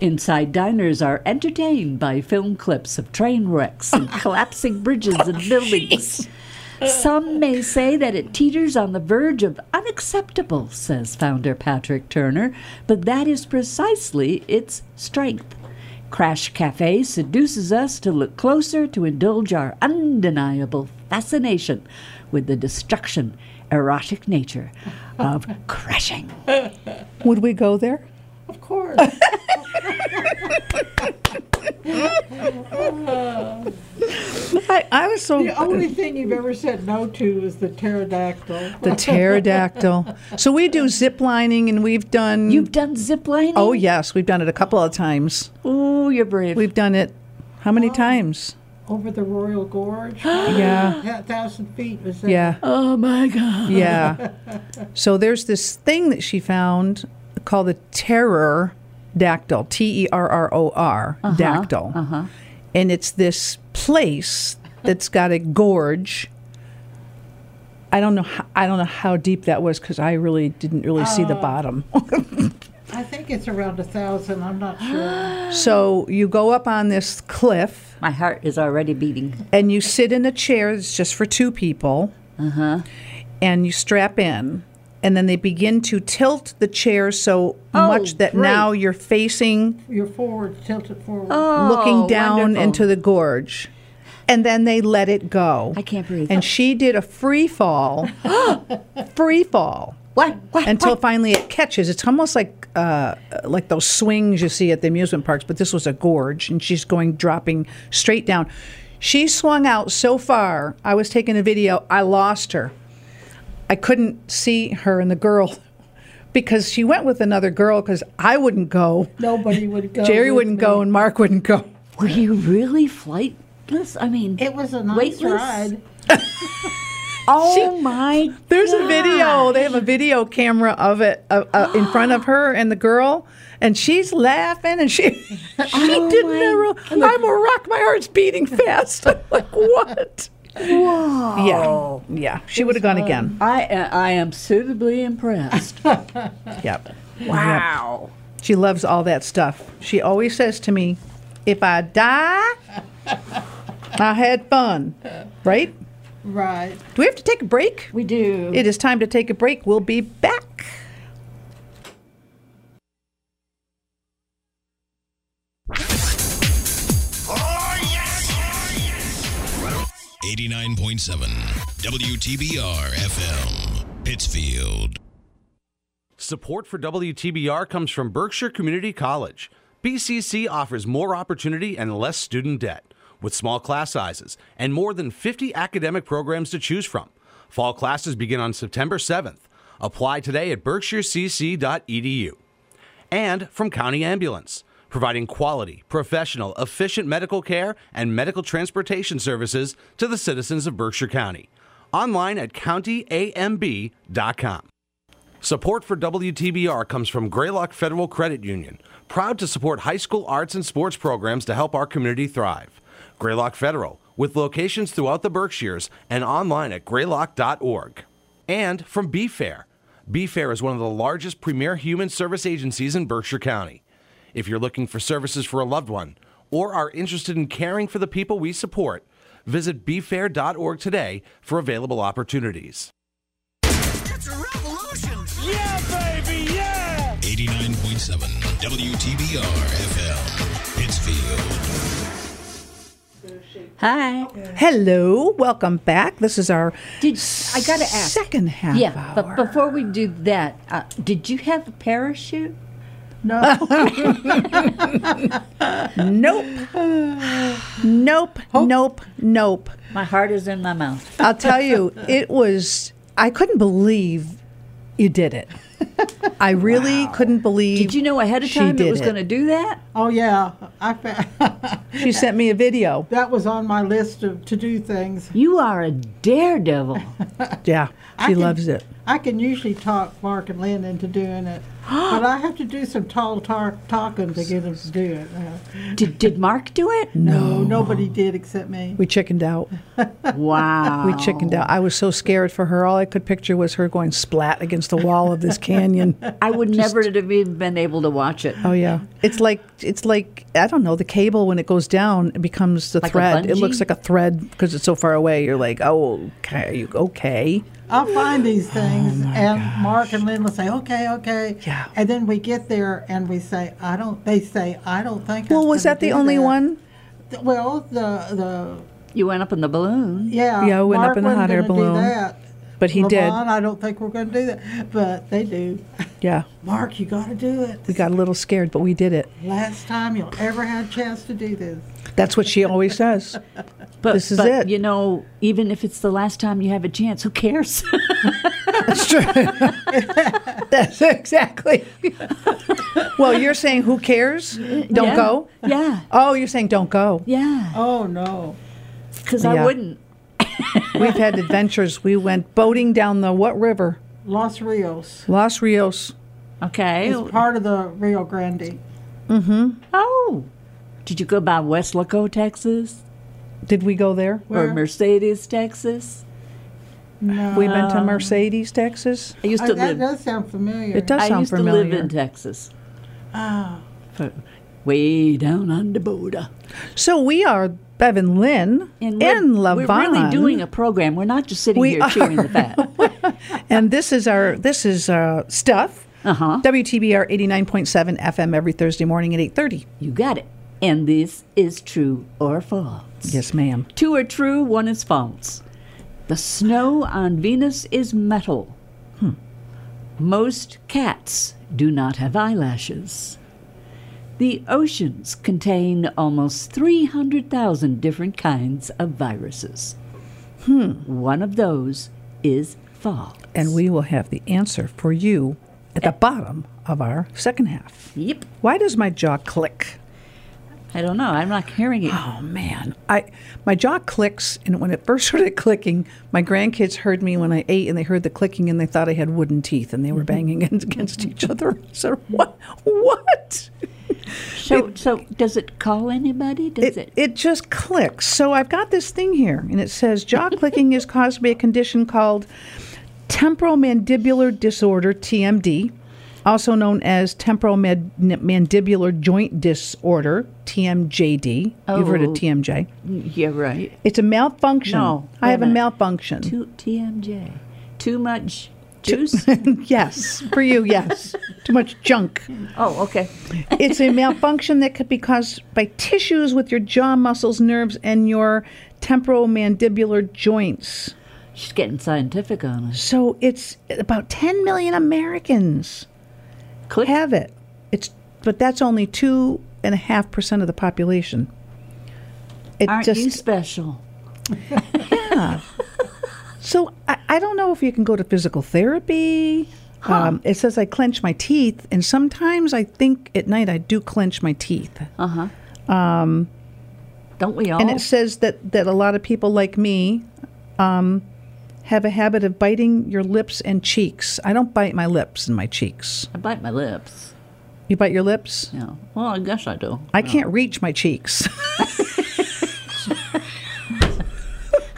Speaker 1: Inside diners are entertained by film clips of train wrecks and collapsing bridges and buildings. Some may say that it teeters on the verge of unacceptable, says founder Patrick Turner, but that is precisely its strength. Crash Cafe seduces us to look closer to indulge our undeniable fascination with the destruction, erotic nature of crashing.
Speaker 2: Would we go there?
Speaker 3: Of course.
Speaker 2: I, I was so.
Speaker 3: the only thing you've ever said no to is the pterodactyl.
Speaker 2: The pterodactyl. so we do zip lining and we've done.
Speaker 1: You've done zip lining?
Speaker 2: oh, yes. We've done it a couple of times.
Speaker 1: Ooh, you're brave.
Speaker 2: We've done it how many times?
Speaker 3: Over the Royal Gorge.
Speaker 2: Yeah.
Speaker 3: That thousand feet was that.
Speaker 2: Yeah.
Speaker 1: oh my God.
Speaker 2: Yeah. so there's this thing that she found called the terror dactyl, T E R R O R, dactyl. And it's this place that's got a gorge. I don't know. How, I don't know how deep that was because I really didn't really see the bottom.
Speaker 3: I think it's around a thousand. I'm not sure.
Speaker 2: so you go up on this cliff
Speaker 1: My heart is already beating.
Speaker 2: and you sit in a chair that's just for two people.
Speaker 1: Uh-huh.
Speaker 2: And you strap in. And then they begin to tilt the chair so
Speaker 1: Oh,
Speaker 2: much that
Speaker 1: great.
Speaker 2: now you're facing
Speaker 3: You're forward, tilted forward.
Speaker 1: Oh,
Speaker 2: looking down
Speaker 1: wonderful.
Speaker 2: into the gorge. And then they let it go.
Speaker 1: I can't breathe.
Speaker 2: And she did a free fall, free fall,
Speaker 1: What? What?
Speaker 2: until finally it catches. It's almost like uh, like those swings you see at the amusement parks, but this was a gorge, and she's going dropping straight down. She swung out so far. I was taking a video. I lost her. I couldn't see her and the girl because she went with another girl because I wouldn't go.
Speaker 3: Nobody would go.
Speaker 2: Jerry
Speaker 3: with
Speaker 2: wouldn't
Speaker 3: me.
Speaker 2: go and Mark wouldn't go.
Speaker 1: Were you really flightless? I mean,
Speaker 3: It was a nice
Speaker 1: weightless?
Speaker 3: ride.
Speaker 1: Oh my!
Speaker 2: There's a
Speaker 1: God.
Speaker 2: video. They have a video camera of it uh, uh, in front of her and the girl, and she's laughing, and she she didn't
Speaker 1: Oh my
Speaker 2: ever. I'm a rock. My heart's beating fast. I'm like what? Whoa. Yeah, yeah. She would have gone again.
Speaker 1: I uh, I am suitably impressed.
Speaker 2: Yep.
Speaker 1: wow.
Speaker 2: She loves all that stuff. She always says to me, "If I die, I had fun." Right?
Speaker 3: Right.
Speaker 2: Do we have to take a break?
Speaker 1: We do.
Speaker 2: It is time to take a break. We'll be back.
Speaker 5: Oh, yes! 89.7 WTBR FM, Pittsfield.
Speaker 6: Support for WTBR comes from Berkshire Community College. BCC offers more opportunity and less student debt with small class sizes and more than 50 academic programs to choose from. Fall classes begin on September 7th. Apply today at berkshirecc.edu. E And from County Ambulance, providing quality, professional, efficient medical care and medical transportation services to the citizens of Berkshire County. Online at countyamb.com. Support for WTBR comes from Greylock Federal Credit Union, proud to support high school arts and sports programs to help our community thrive. Greylock Federal, with locations throughout the Berkshires and online at greylock.org. And from Be Fair. Be Fair is one of the largest premier human service agencies in Berkshire County. If you're looking for services for a loved one or are interested in caring for the people we support, visit befair.org today for available opportunities.
Speaker 7: It's a revolution. Yeah, baby, yeah.
Speaker 5: 89.7 WTBR FM, Pittsfield.
Speaker 1: Hi.
Speaker 2: Hello, welcome back. This is our
Speaker 1: Did I gotta ask?
Speaker 2: second half
Speaker 1: yeah,
Speaker 2: hour.
Speaker 1: but before we do that, uh, did you have a parachute?
Speaker 2: nope, nope, nope, nope.
Speaker 1: My heart is in my mouth.
Speaker 2: I'll tell you, it was. I couldn't believe you did it. I really couldn't believe.
Speaker 1: Did you know ahead of
Speaker 2: she
Speaker 1: time
Speaker 2: did
Speaker 1: it was going to do that?
Speaker 3: Oh yeah, I fa-
Speaker 2: She sent me a video.
Speaker 3: that was on my list of to do things.
Speaker 1: You are a daredevil.
Speaker 2: Yeah, she
Speaker 3: I can-
Speaker 2: loves it.
Speaker 3: I can usually talk Mark and Lynn into doing it, but I have to do some tall tar- talking to get them to do it. Uh,
Speaker 1: did, did Mark do it?
Speaker 3: no, nobody did except me.
Speaker 2: We chickened out.
Speaker 1: Wow.
Speaker 2: We chickened
Speaker 1: Oh.
Speaker 2: out. I was so scared for her. All I could picture was her going splat against the wall of this canyon.
Speaker 1: I would never have even been able to watch it.
Speaker 2: Oh yeah, it's like it's like I don't know the cable when it goes down it becomes the
Speaker 1: Like a
Speaker 2: thread. It
Speaker 1: bungee?
Speaker 2: looks like a thread because it's so far away. You're like, oh, okay, you okay?
Speaker 3: I'll find these
Speaker 2: Oh
Speaker 3: things, and Mark and Lynn will say, "Okay, okay,"
Speaker 2: Yeah.
Speaker 3: and then we get there and we say, "I don't." They say, "I don't think." I'm
Speaker 2: Well, was
Speaker 3: gonna
Speaker 2: that the
Speaker 3: do
Speaker 2: only one?
Speaker 3: Th- Well, the the
Speaker 1: You went up in the balloon.
Speaker 3: yeah,
Speaker 2: Yeah, it went up
Speaker 3: Mark
Speaker 2: in the hot
Speaker 3: wasn't
Speaker 2: air
Speaker 3: gonna do
Speaker 2: balloon.
Speaker 3: that.
Speaker 2: But he did.
Speaker 3: LeBron, I don't think we're going to do that, but they do.
Speaker 2: Yeah,
Speaker 3: Mark, you got to do it.
Speaker 2: we got a little scared, but we did it.
Speaker 3: Last time you'll ever have a chance to do this.
Speaker 2: That's what she always says.
Speaker 1: But,
Speaker 2: This is
Speaker 1: but,
Speaker 2: it.
Speaker 1: You know, even if it's the last time you have a chance, who cares?
Speaker 2: That's true. That's exactly. well, you're saying who cares? Don't
Speaker 1: Yeah.
Speaker 2: go.
Speaker 1: Yeah.
Speaker 2: Oh, you're saying don't go.
Speaker 1: Yeah.
Speaker 3: Oh no!
Speaker 1: Because
Speaker 2: Yeah.
Speaker 1: I wouldn't.
Speaker 2: We've had adventures. We went boating down the what river?
Speaker 3: Los Rios
Speaker 2: Los Rios.
Speaker 1: Okay.
Speaker 3: is part of the Rio Grande.
Speaker 1: Oh. Did you go by Westlaco, Texas?
Speaker 2: Did we go there?
Speaker 1: Or
Speaker 3: Where?
Speaker 1: Mercedes, Texas?
Speaker 3: No,
Speaker 2: We
Speaker 1: Um,
Speaker 2: went to Mercedes, Texas.
Speaker 1: I used
Speaker 3: I-
Speaker 1: to
Speaker 3: Oh, that
Speaker 1: live.
Speaker 3: does sound familiar.
Speaker 2: It does
Speaker 1: I
Speaker 2: sound
Speaker 1: used
Speaker 2: familiar. Oh.
Speaker 1: to live in Texas. For- way down on the border.
Speaker 2: so we are Bevan Lynn and,
Speaker 1: we're-
Speaker 2: Lavon.
Speaker 1: We're really doing a program. We're not just sitting
Speaker 2: We
Speaker 1: here chewing the fat.
Speaker 2: and this is our this is uh, stuff.
Speaker 1: Uh-huh.
Speaker 2: WTBR eighty nine point seven FM every Thursday morning at eight thirty.
Speaker 1: You got it. And this is true or false.
Speaker 2: Yes, ma'am.
Speaker 1: Two are true, one is false. The snow on Venus is metal. Hmm. Most cats do not have eyelashes. The oceans contain almost 300,000 different kinds of viruses. Hmm. One of those is false.
Speaker 2: And we will have the answer for you at the bottom of our second half.
Speaker 1: Yep.
Speaker 2: Why does my jaw click?
Speaker 1: I don't know. I'm not hearing it.
Speaker 2: Oh man, I my jaw clicks, and when it first started clicking, my grandkids heard me when I ate, and they heard the clicking, and they thought I had wooden teeth, and they
Speaker 1: Mm-hmm.
Speaker 2: were banging against- against each other. I said, "What? What?"
Speaker 1: So, so does it call anybody? Does
Speaker 2: It,
Speaker 1: it?
Speaker 2: it just clicks. So I've got this thing here, and it says jaw clicking is caused by a condition called temporomandibular disorder (TMD), also known as temporomandibular joint disorder (TMJD). You've heard of
Speaker 1: Oh.
Speaker 2: TMJ.
Speaker 1: Yeah, right.
Speaker 2: It's a malfunction.
Speaker 1: No,
Speaker 2: I
Speaker 1: wait a
Speaker 2: have a
Speaker 1: minute.
Speaker 2: malfunction.
Speaker 1: Too, TMJ. Too much juice?
Speaker 2: yes, for you, yes. Too much junk.
Speaker 1: oh, okay.
Speaker 2: It's a malfunction that could be caused by tissues with your jaw muscles, nerves, and your temporomandibular joints.
Speaker 1: She's getting scientific on us.
Speaker 2: So it's about 10 million Americans
Speaker 1: Click.
Speaker 2: have it. It's but that's only two and a half percent of the population. It
Speaker 1: Aren't
Speaker 2: just
Speaker 1: you special?
Speaker 2: So I, I don't know if you can go to physical therapy. Um, it says I clench my teeth, and sometimes I think at night I do clench my teeth.
Speaker 1: Don't we all?
Speaker 2: And it says that, that a lot of people like me um, have a habit of biting your lips and cheeks. I don't bite my lips and my cheeks.
Speaker 1: I bite my lips.
Speaker 2: You bite your lips?
Speaker 1: Yeah. Well, I guess I do.
Speaker 2: I can't reach my cheeks.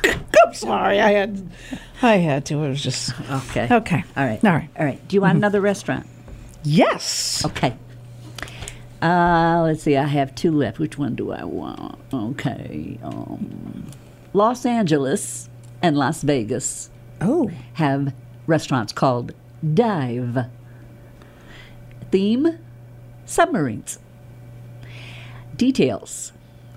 Speaker 2: I'm sorry. I had, I had to. It was just
Speaker 1: Okay.
Speaker 2: okay.
Speaker 1: All right.
Speaker 2: All right. Mm-hmm.
Speaker 1: All right. Do you want another restaurant?
Speaker 2: Yes.
Speaker 1: Okay. Uh, let's see. I have two left. Which one do I want? Okay. Um, Los Angeles and Las Vegas
Speaker 2: Oh.
Speaker 1: have restaurants called Dive. Theme Submarines. Details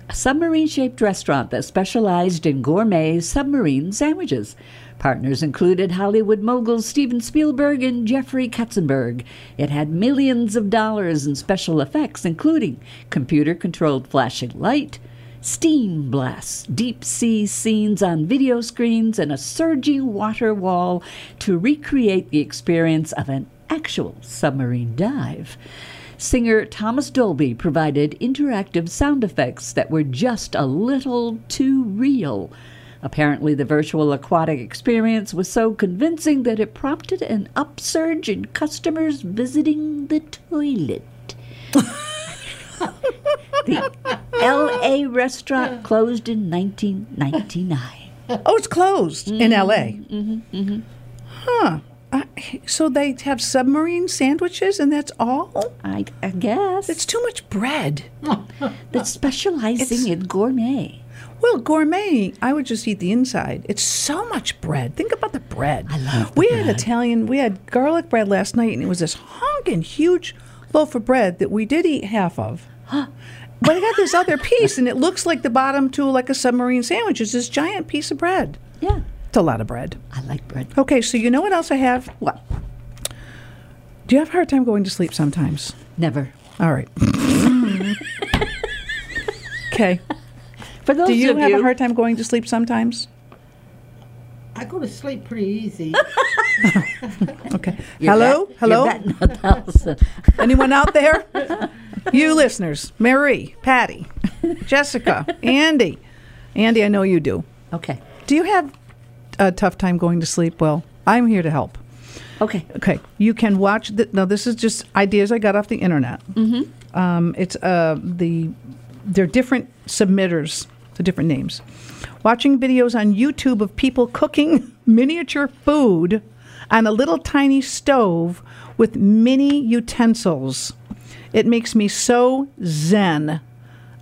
Speaker 1: A submarine shaped restaurant that specialized in gourmet submarine sandwiches. Partners included Hollywood moguls Steven Spielberg and Jeffrey Katzenberg. It had millions of dollars in special effects, including computer controlled flashing light, steam blasts, deep sea scenes on video screens, and a surging water wall to recreate the experience of an actual submarine dive. Singer Thomas Dolby provided interactive sound effects that were just a little too real. Apparently, the virtual aquatic experience was so convincing that it prompted an upsurge in customers visiting the toilet. the LA restaurant closed in 1999.
Speaker 2: Oh, it's closed in L.A. Mm-hmm, Huh. I, so they have submarine sandwiches, and that's all.
Speaker 1: I, I guess.
Speaker 2: It's too much bread.
Speaker 1: that's specializing in gourmet.
Speaker 2: Well, gourmet, I would just eat the inside. It's so much bread. Think about the bread. I love We had Italian, we had garlic bread last night, and it was this honking huge loaf of bread that we did eat half of. But I got this other piece, and it looks like the bottom to like a submarine sandwich. It's this giant piece of bread.
Speaker 1: Yeah,
Speaker 2: It's a lot of bread.
Speaker 1: I like bread.
Speaker 2: Okay, so you know what else I have? What? Do you have a hard time going to sleep sometimes?
Speaker 1: Never.
Speaker 2: All right. okay.
Speaker 1: For those
Speaker 2: Do you
Speaker 1: of
Speaker 2: have
Speaker 1: you,
Speaker 2: a hard time going to sleep sometimes?
Speaker 3: I go to sleep pretty easy.
Speaker 2: Okay.
Speaker 1: You're
Speaker 2: Hello?
Speaker 1: that- you're
Speaker 2: Hello?
Speaker 1: that nut house.
Speaker 2: Anyone out there? you listeners, Mary, Patty, Jessica, Andy. Andy, I know you do.
Speaker 1: okay,
Speaker 2: Do you have a tough time going to sleep? Well, I'm here to help.
Speaker 1: okay.
Speaker 2: Okay, you can watch. The, no, this is just ideas I got off the internet. Mm-hmm. Um, it's uh, the they're different submitters, the different names. Watching videos on YouTube of people cooking miniature food on a little tiny stove with mini utensils. It makes me so zen.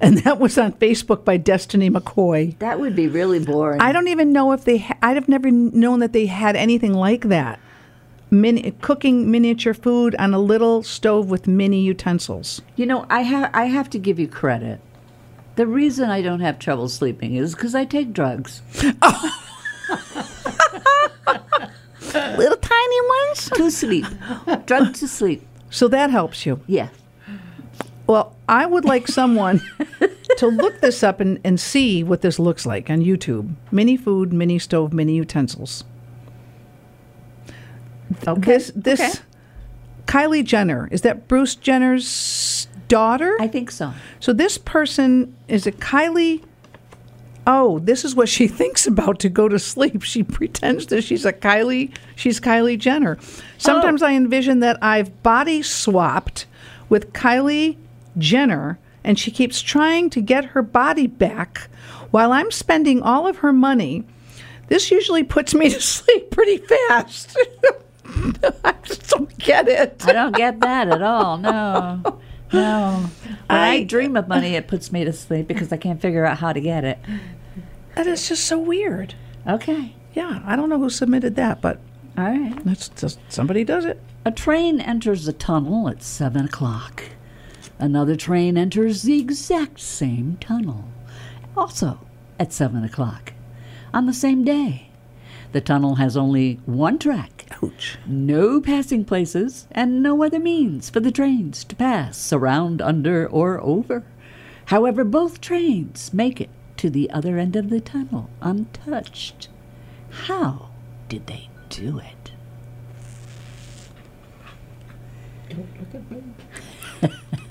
Speaker 2: And that was on Facebook by Destiny McCoy.
Speaker 1: That would be really boring.
Speaker 2: I don't even know if they. Ha- I'd have never known that they had anything like that. Mini- cooking miniature food on a little stove with mini utensils.
Speaker 1: You know, I have I have to give you credit. The reason I don't have trouble sleeping is because I take drugs.
Speaker 2: Little tiny ones.
Speaker 1: To sleep, drug to sleep.
Speaker 2: So that helps you.
Speaker 1: Yeah,
Speaker 2: Well, I would like someone to look this up and, and see what this looks like on YouTube. Mini food, mini stove, mini utensils. Okay. This, this
Speaker 1: okay.
Speaker 2: Kylie Jenner is that Bruce Jenner's daughter?
Speaker 1: I think so.
Speaker 2: So this person is a Kylie. Oh, this is what she thinks about to go to sleep. She pretends that she's a Kylie. She's Kylie Jenner. Sometimes I envision that I've body swapped with Kylie Jenner, and she keeps trying to get her body back while I'm spending all of her money. This usually puts me to sleep pretty fast. I just don't get it.
Speaker 1: I don't get that at all. No, no. When I,
Speaker 2: I-
Speaker 1: dream of money, it puts me to sleep because I can't figure out how to get it.
Speaker 2: That is just so weird.
Speaker 1: Okay,
Speaker 2: Yeah, I don't know who submitted that, but
Speaker 1: all right.
Speaker 2: That's just somebody does it.
Speaker 1: A train enters the tunnel at 7 o'clock. Another train enters the exact same tunnel, also at 7 o'clock, on the same day. The tunnel has only one track,
Speaker 2: Ouch.
Speaker 1: no passing places, and no other means for the trains to pass around, under, or over. However, both trains make it to the other end of the tunnel untouched. How did they do it?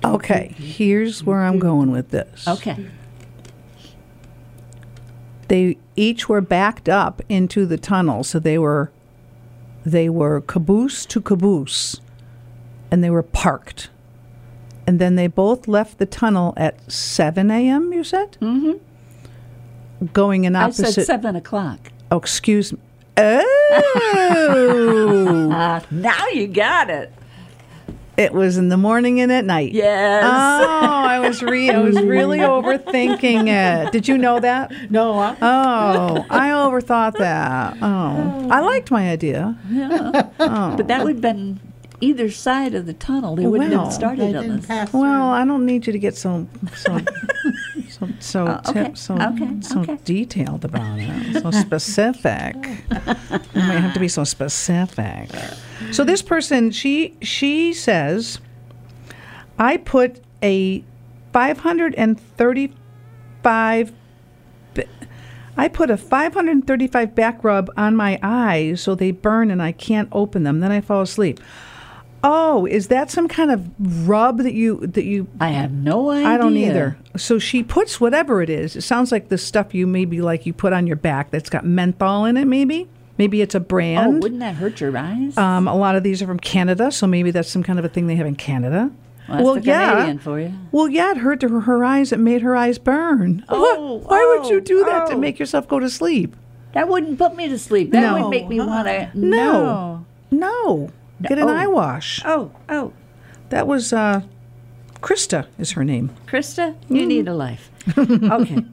Speaker 2: Okay, here's where I'm going with this.
Speaker 1: Okay.
Speaker 2: They each were backed up into the tunnel, so they were they were caboose to caboose and they were parked. And then they both left the tunnel at 7 a.m., you said? Mm-hmm. Going in opposite.
Speaker 1: Mm-hmm. I said seven o'clock.
Speaker 2: Oh, excuse me. Eh, Oh!
Speaker 1: now you got it.
Speaker 2: It was in the morning and at night.
Speaker 1: Yes.
Speaker 2: Oh, I was re- I was really overthinking it. Did you know that?
Speaker 3: no,
Speaker 1: uh.
Speaker 3: I,
Speaker 2: Oh, I overthought that. Oh, I liked my idea. Oh.
Speaker 1: But that would have been either side of the tunnel. They wouldn't
Speaker 2: Wow.
Speaker 1: have
Speaker 3: they
Speaker 1: started on
Speaker 3: didn't
Speaker 1: this.
Speaker 3: pass
Speaker 2: Well, I don't need you to get so so so so,
Speaker 1: Oh, okay,
Speaker 2: tip, so,
Speaker 1: okay,
Speaker 2: so
Speaker 1: okay.
Speaker 2: detailed about it, so specific. you might have to be so specific. So this person, she she says, I put a five hundred and thirty five. b- I put a 535 back rub on my eyes so they burn and I can't open them. Then I fall asleep. Oh, is that some kind of rub that you that you?
Speaker 1: I have no idea.
Speaker 2: I don't either. So she puts whatever it is. It sounds like the stuff you maybe like you put on your back that's got menthol in it. Maybe maybe it's a
Speaker 1: Oh,
Speaker 2: brand.
Speaker 1: wouldn't that hurt your eyes?
Speaker 2: Um, a lot of these are from Canada, so maybe that's some kind of a thing they have in Canada.
Speaker 1: Well, that's the Canadian for you.
Speaker 2: Well, yeah, it hurt her, her eyes. It made her eyes burn. Wha-
Speaker 1: Oh,
Speaker 2: why would you
Speaker 1: oh,
Speaker 2: do that to
Speaker 1: oh.
Speaker 2: make yourself go to sleep?
Speaker 1: that wouldn't put me to sleep. That
Speaker 2: No. Oh.
Speaker 1: would make me want to.
Speaker 2: No. No. Get an
Speaker 1: Oh.
Speaker 2: eye wash.
Speaker 1: Oh, oh.
Speaker 2: That was uh, Krista is her name.
Speaker 1: Krista, you need a life. Okay.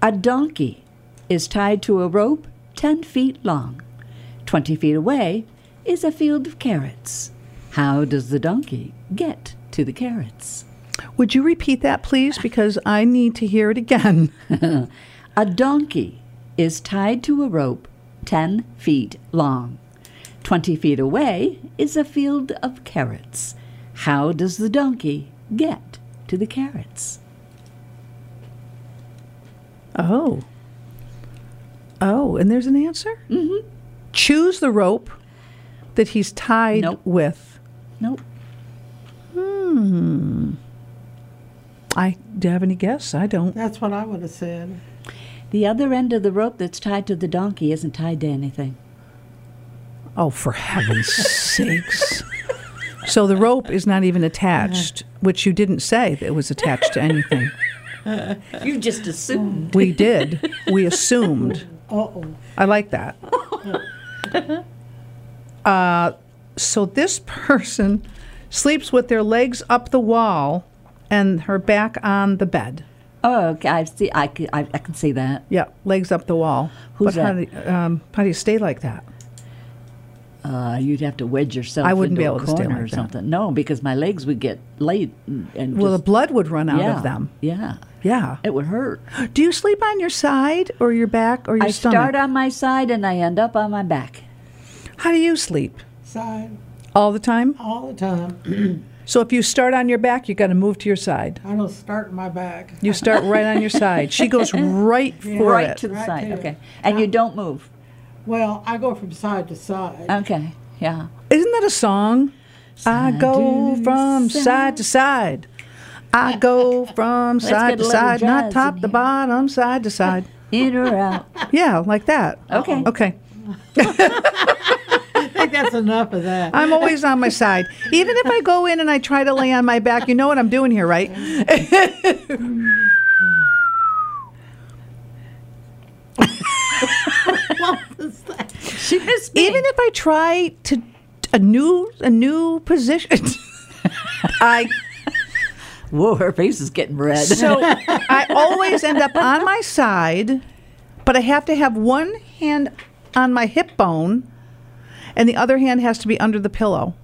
Speaker 1: a donkey is tied to a rope 10 feet long. 20 feet away is a field of carrots. How does the donkey get to the carrots?
Speaker 2: Would you repeat that, please? Because I need to hear it again.
Speaker 1: A donkey is tied to a rope 10 feet long. 20 feet away is a field of carrots. How does the donkey get to the carrots?
Speaker 2: Oh. Oh, and there's an answer? Mm-hmm. Choose the rope that he's tied
Speaker 1: Nope.
Speaker 2: with.
Speaker 1: Nope.
Speaker 2: I do you have any guess? I don't.
Speaker 3: That's what I would have said.
Speaker 1: The other end of the rope that's tied to the donkey isn't tied to anything.
Speaker 2: Oh, for heaven's sakes. So the rope is not even attached, which you didn't say that it was attached to anything.
Speaker 1: You just assumed.
Speaker 2: We did. We assumed.
Speaker 3: Uh-oh.
Speaker 2: I like that. Uh, so this person sleeps with their legs up the wall and her back on the bed.
Speaker 1: Oh, okay. I see. I can, I, I can see that.
Speaker 2: Yeah, legs up the wall.
Speaker 1: Who's
Speaker 2: but How,
Speaker 1: that?
Speaker 2: do, you- um, how do you stay like that?
Speaker 1: Uh, you'd have to wedge yourself.
Speaker 2: I
Speaker 1: into
Speaker 2: wouldn't be
Speaker 1: a
Speaker 2: able to stay
Speaker 1: corner
Speaker 2: like
Speaker 1: or
Speaker 2: that.
Speaker 1: something. No, because my legs would get laid and
Speaker 2: Well, the
Speaker 1: just,
Speaker 2: blood would run out
Speaker 1: yeah,
Speaker 2: of them.
Speaker 1: Yeah,
Speaker 2: Yeah.
Speaker 1: it would hurt.
Speaker 2: Do you sleep on your side or your back or your
Speaker 1: I
Speaker 2: stomach?
Speaker 1: start on my side and I end up on my back.
Speaker 2: How do you sleep?
Speaker 3: Side
Speaker 2: All the time?
Speaker 3: all the time.
Speaker 2: So if you start on your back, you got to move to your side.
Speaker 3: I don't start in my back.
Speaker 2: You start right on your side. She goes right for
Speaker 1: right
Speaker 2: it.
Speaker 1: to the
Speaker 3: Right
Speaker 1: side.
Speaker 3: to it.
Speaker 1: okay, and you don't move.
Speaker 3: Well, I go from side to side.
Speaker 2: Uh,
Speaker 1: Okay, yeah.
Speaker 2: Isn't that a song? I
Speaker 1: Side
Speaker 2: go
Speaker 1: to
Speaker 2: from
Speaker 1: side.
Speaker 2: side to side. I go from
Speaker 1: get
Speaker 2: side to
Speaker 1: a little
Speaker 2: side,
Speaker 1: jazz
Speaker 2: not
Speaker 1: in
Speaker 2: top to
Speaker 1: here.
Speaker 2: bottom, side to side.
Speaker 1: In or out.
Speaker 2: Yeah, like that.
Speaker 1: Okay.
Speaker 2: Okay.
Speaker 3: I think that's enough of that.
Speaker 2: I'm always on my side. Even if I go in and I try to lay on my back, you know what I'm doing here, right?
Speaker 1: She missed me.
Speaker 2: Even if I try to a new a new position, I
Speaker 1: Whoa, her face is getting red.
Speaker 2: So I always end up on my side, but I have to have one hand on my hip bone, and the other hand has to be under the pillow,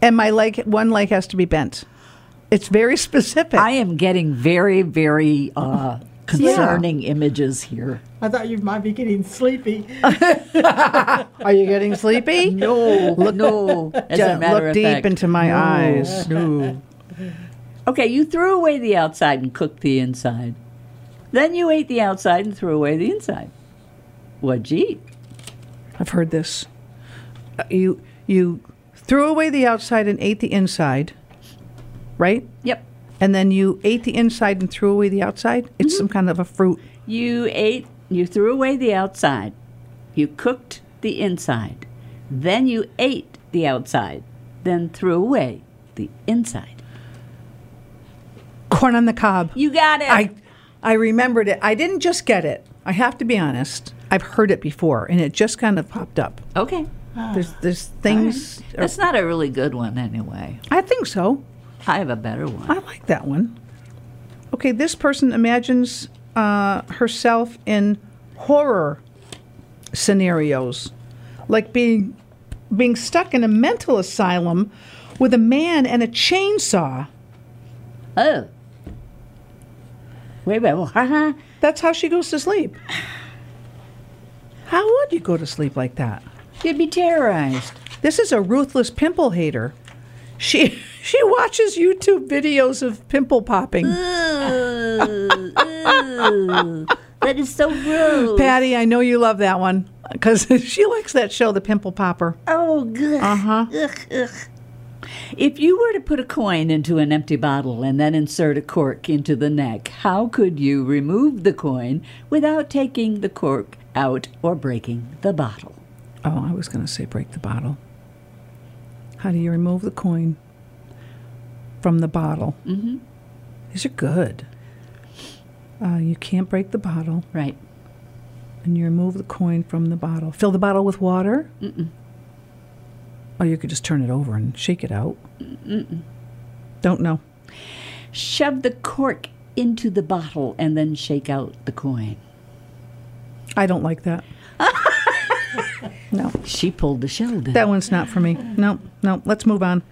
Speaker 2: and my leg, one leg has to be bent. It's very specific.
Speaker 1: I am getting very, very uh, concerning images here.
Speaker 3: I thought you might be getting sleepy.
Speaker 2: Are you getting sleepy?
Speaker 1: No, no. As a
Speaker 2: Don't
Speaker 1: matter
Speaker 2: look
Speaker 1: of
Speaker 2: deep
Speaker 1: fact.
Speaker 2: into my eyes.
Speaker 1: Okay, you threw away the outside and cooked the inside. Then you ate the outside and threw away the inside. What'd you eat?
Speaker 2: I've heard this. Uh, You you threw away the outside and ate the inside, right?
Speaker 1: Yep.
Speaker 2: And then you ate the inside and threw away the outside. It's some kind of a fruit.
Speaker 1: You ate, you threw away the outside. You cooked the inside. Then you ate the outside. Then threw away the inside.
Speaker 2: Corn on the cob.
Speaker 1: You got it.
Speaker 2: I I remembered it. I didn't just get it. I have to be honest. I've heard it before, and it just kind of popped up.
Speaker 1: okay.
Speaker 2: There's there's things. or-
Speaker 1: That's not a really good one anyway.
Speaker 2: I think so.
Speaker 1: I have a better one.
Speaker 2: I like that one. Okay, this person imagines uh, herself in horror scenarios, like being being stuck in a mental asylum with a man and a chainsaw.
Speaker 1: Oh. Wait, wait, wait.
Speaker 2: That's how she goes to sleep. How would you go to sleep like that?
Speaker 1: You'd be terrorized.
Speaker 2: This is a ruthless pimple hater. She she watches YouTube videos of pimple popping.
Speaker 8: That is so rude.
Speaker 2: Patty, I know you love that one because she likes that show, The Pimple Popper.
Speaker 8: Oh, good. Uh-huh. Ugh, ugh.
Speaker 1: If you were to put a coin into an empty bottle and then insert a cork into the neck, how could you remove the coin without taking the cork out or breaking the bottle?
Speaker 2: Oh, I was going to say break the bottle. How do you remove the coin from the bottle? Mm-hmm. These are good. Uh, you can't break the bottle,
Speaker 1: Right.
Speaker 2: and you remove the coin from the bottle. Fill the bottle with water. Mm-mm. Oh, you could just turn it over and shake it out. Mm-mm. Don't know.
Speaker 1: Shove the cork into the bottle and then shake out the coin.
Speaker 2: I don't like that. no,
Speaker 1: She pulled the Sheldon.
Speaker 2: that one's not for me. No, no. Let's move on.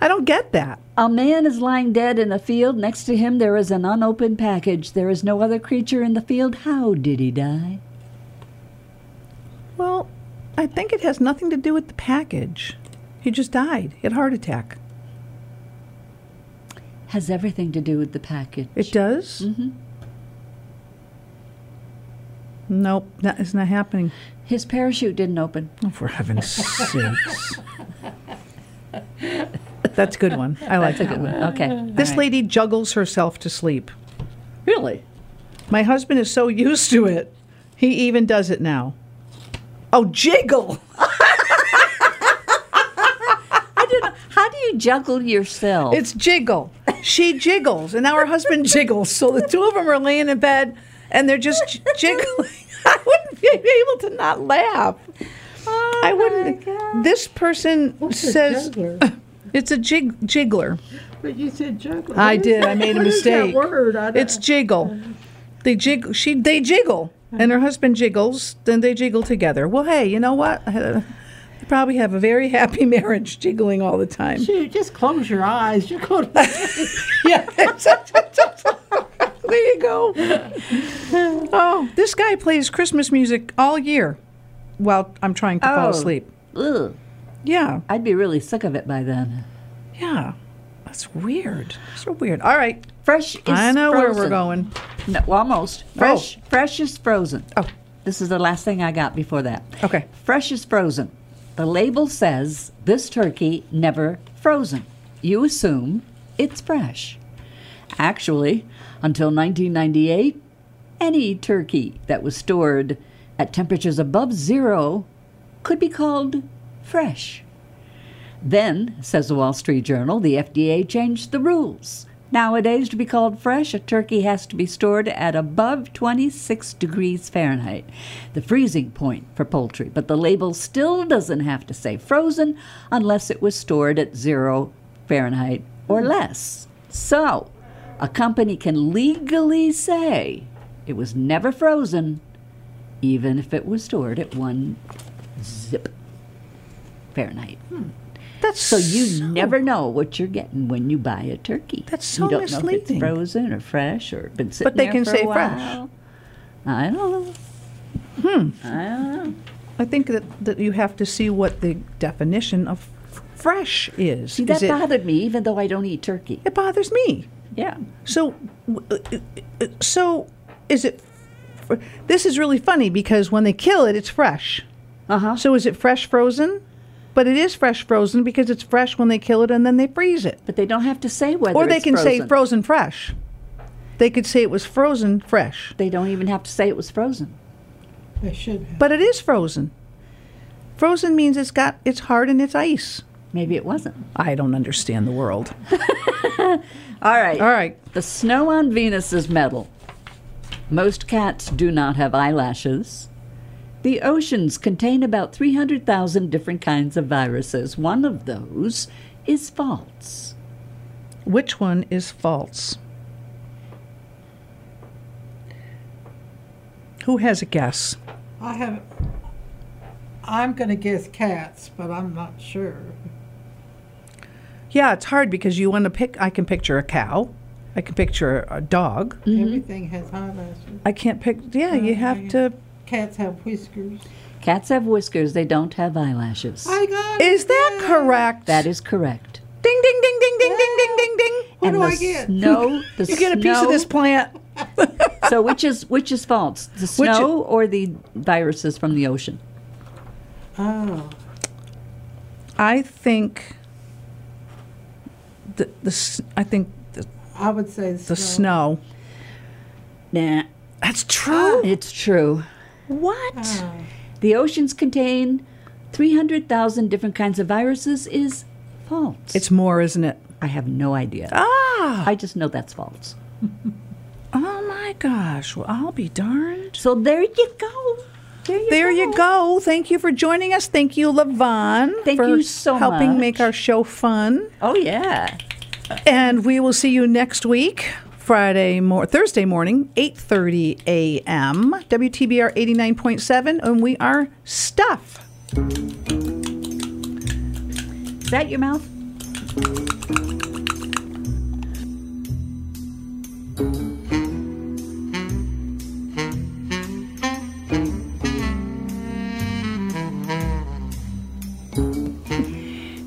Speaker 2: I don't get that.
Speaker 1: A man is lying dead in a field. Next to him, there is an unopened package. There is no other creature in the field. How did he die?
Speaker 2: Well, I think it has nothing to do with the package. He just died. He had a heart attack.
Speaker 1: Has everything to do with the package.
Speaker 2: It does? Mm-hmm. Nope, that is not happening.
Speaker 1: His parachute didn't open.
Speaker 2: Oh, for heaven's sakes. That's a good one. I like that one.
Speaker 1: Okay.
Speaker 2: This lady juggles herself to sleep.
Speaker 1: Really?
Speaker 2: My husband is so used to it, he even does it now. Oh, jiggle!
Speaker 1: How do you juggle yourself?
Speaker 2: It's jiggle. She jiggles, and now her husband jiggles. So the two of them are laying in bed, and they're just j- jiggling. I wouldn't be able to not laugh. I wouldn't. This person
Speaker 3: What's a
Speaker 2: says
Speaker 3: juggler?
Speaker 2: it's a jig jiggler.
Speaker 3: But you said juggler.
Speaker 2: I
Speaker 3: What is
Speaker 2: did.
Speaker 3: that-
Speaker 2: I made a
Speaker 3: what is that
Speaker 2: mistake.
Speaker 3: word? I don't-
Speaker 2: It's jiggle. They jiggle. She they jiggle, and her husband jiggles. Then they jiggle together. Well, hey, you know what? They probably have a very happy marriage, jiggling all the time.
Speaker 3: Shoot, just close your eyes. You're going to
Speaker 2: Yeah. there you go. Oh, this guy plays Christmas music all year while I'm trying to fall
Speaker 1: Oh.
Speaker 2: asleep.
Speaker 1: Ugh.
Speaker 2: Yeah.
Speaker 1: I'd be really sick of it by then.
Speaker 2: Yeah. That's weird. So weird. All right.
Speaker 1: Fresh is
Speaker 2: I know where we're
Speaker 1: frozen.
Speaker 2: going.
Speaker 1: No, well, almost. Fresh, fresh is frozen.
Speaker 2: Oh.
Speaker 1: This is the last thing I got before that.
Speaker 2: Okay.
Speaker 1: Fresh is frozen. The label says this turkey never frozen. You assume it's fresh. Actually, until 1998, any turkey that was stored at temperatures above zero could be called fresh. Then, says the Wall Street Journal, the FDA changed the rules. Nowadays, to be called fresh, a turkey has to be stored at above 26 degrees Fahrenheit, the freezing point for poultry, but the label still doesn't have to say frozen unless it was stored at zero Fahrenheit or less. So, a company can legally say it was never frozen, even if it was stored at one zip Fahrenheit.
Speaker 2: That's
Speaker 1: So you never know what you're getting when you buy a turkey.
Speaker 2: That's so
Speaker 1: you don't Know if
Speaker 2: misleading.
Speaker 1: it's frozen or fresh or been sitting
Speaker 2: they
Speaker 1: there
Speaker 2: can
Speaker 1: for
Speaker 2: say
Speaker 1: a
Speaker 2: fresh. Hmm.
Speaker 1: while. I don't know.
Speaker 2: I think that, that you have to see what the definition of f- fresh is.
Speaker 1: See, that
Speaker 2: Is it,
Speaker 1: bothered me, even though I don't eat turkey.
Speaker 2: it bothers me.
Speaker 1: Yeah.
Speaker 2: So, w- uh, uh, uh, so is it? fr- This is really funny because when they kill it, it's fresh.
Speaker 1: Uh huh.
Speaker 2: So is it fresh frozen? But it is fresh frozen because it's fresh when they kill it and then they freeze it.
Speaker 1: But they don't have to say whether.
Speaker 2: Or they
Speaker 1: it's
Speaker 2: can say
Speaker 1: frozen.
Speaker 2: frozen fresh. They could say it was frozen fresh,
Speaker 1: They don't even have to say it was frozen.
Speaker 3: They should have.
Speaker 2: but it is frozen. Frozen means it's got it's hard and it's ice.
Speaker 1: Maybe it wasn't.
Speaker 2: I don't understand the world.
Speaker 1: All right.
Speaker 2: All right.
Speaker 1: The snow on Venus is metal. Most cats do not have eyelashes. The oceans contain about 300,000 different kinds of viruses. One of those is false.
Speaker 2: Which one is false? Who has a guess?
Speaker 3: I have. I'm going to guess cats, but I'm not sure.
Speaker 2: Yeah, it's hard because you want to pick. I can picture a cow. I can picture a dog. Mm-hmm.
Speaker 3: Everything has eyelashes.
Speaker 2: I can't pick. Yeah, you have to
Speaker 3: Cats have whiskers.
Speaker 1: Cats have whiskers, they don't have eyelashes.
Speaker 3: I got it.
Speaker 2: Is that correct?
Speaker 1: That is correct.
Speaker 2: ding ding ding ding ding ding ding ding ding.
Speaker 3: What
Speaker 1: and
Speaker 3: do
Speaker 1: the
Speaker 3: I get?
Speaker 1: Snow, the
Speaker 2: You get a piece of this plant.
Speaker 1: so which is which is false? The snow or the viruses from the ocean?
Speaker 3: Oh,
Speaker 2: I think the the s- I think the,
Speaker 3: I would say
Speaker 2: the snow.
Speaker 1: Nah,
Speaker 2: That's true.
Speaker 1: it's true.
Speaker 2: What?
Speaker 1: The oceans contain 300,000 different kinds of viruses is false.
Speaker 2: It's more, isn't it?
Speaker 1: I have no idea.
Speaker 2: Ah.
Speaker 1: I just know that's false.
Speaker 2: Oh my gosh. Well, I'll be darned.
Speaker 1: So there you go. There you
Speaker 2: There
Speaker 1: go.
Speaker 2: you go. Thank you for joining us. Thank you, Levon,
Speaker 1: Thank
Speaker 2: for
Speaker 1: you so
Speaker 2: helping
Speaker 1: much.
Speaker 2: make our show fun.
Speaker 1: Oh yeah.
Speaker 2: And we will see you next week, Friday mor- Thursday morning, 8:30 a.m. WTBR 89.7 and we are stuff.
Speaker 1: Is that your mouth?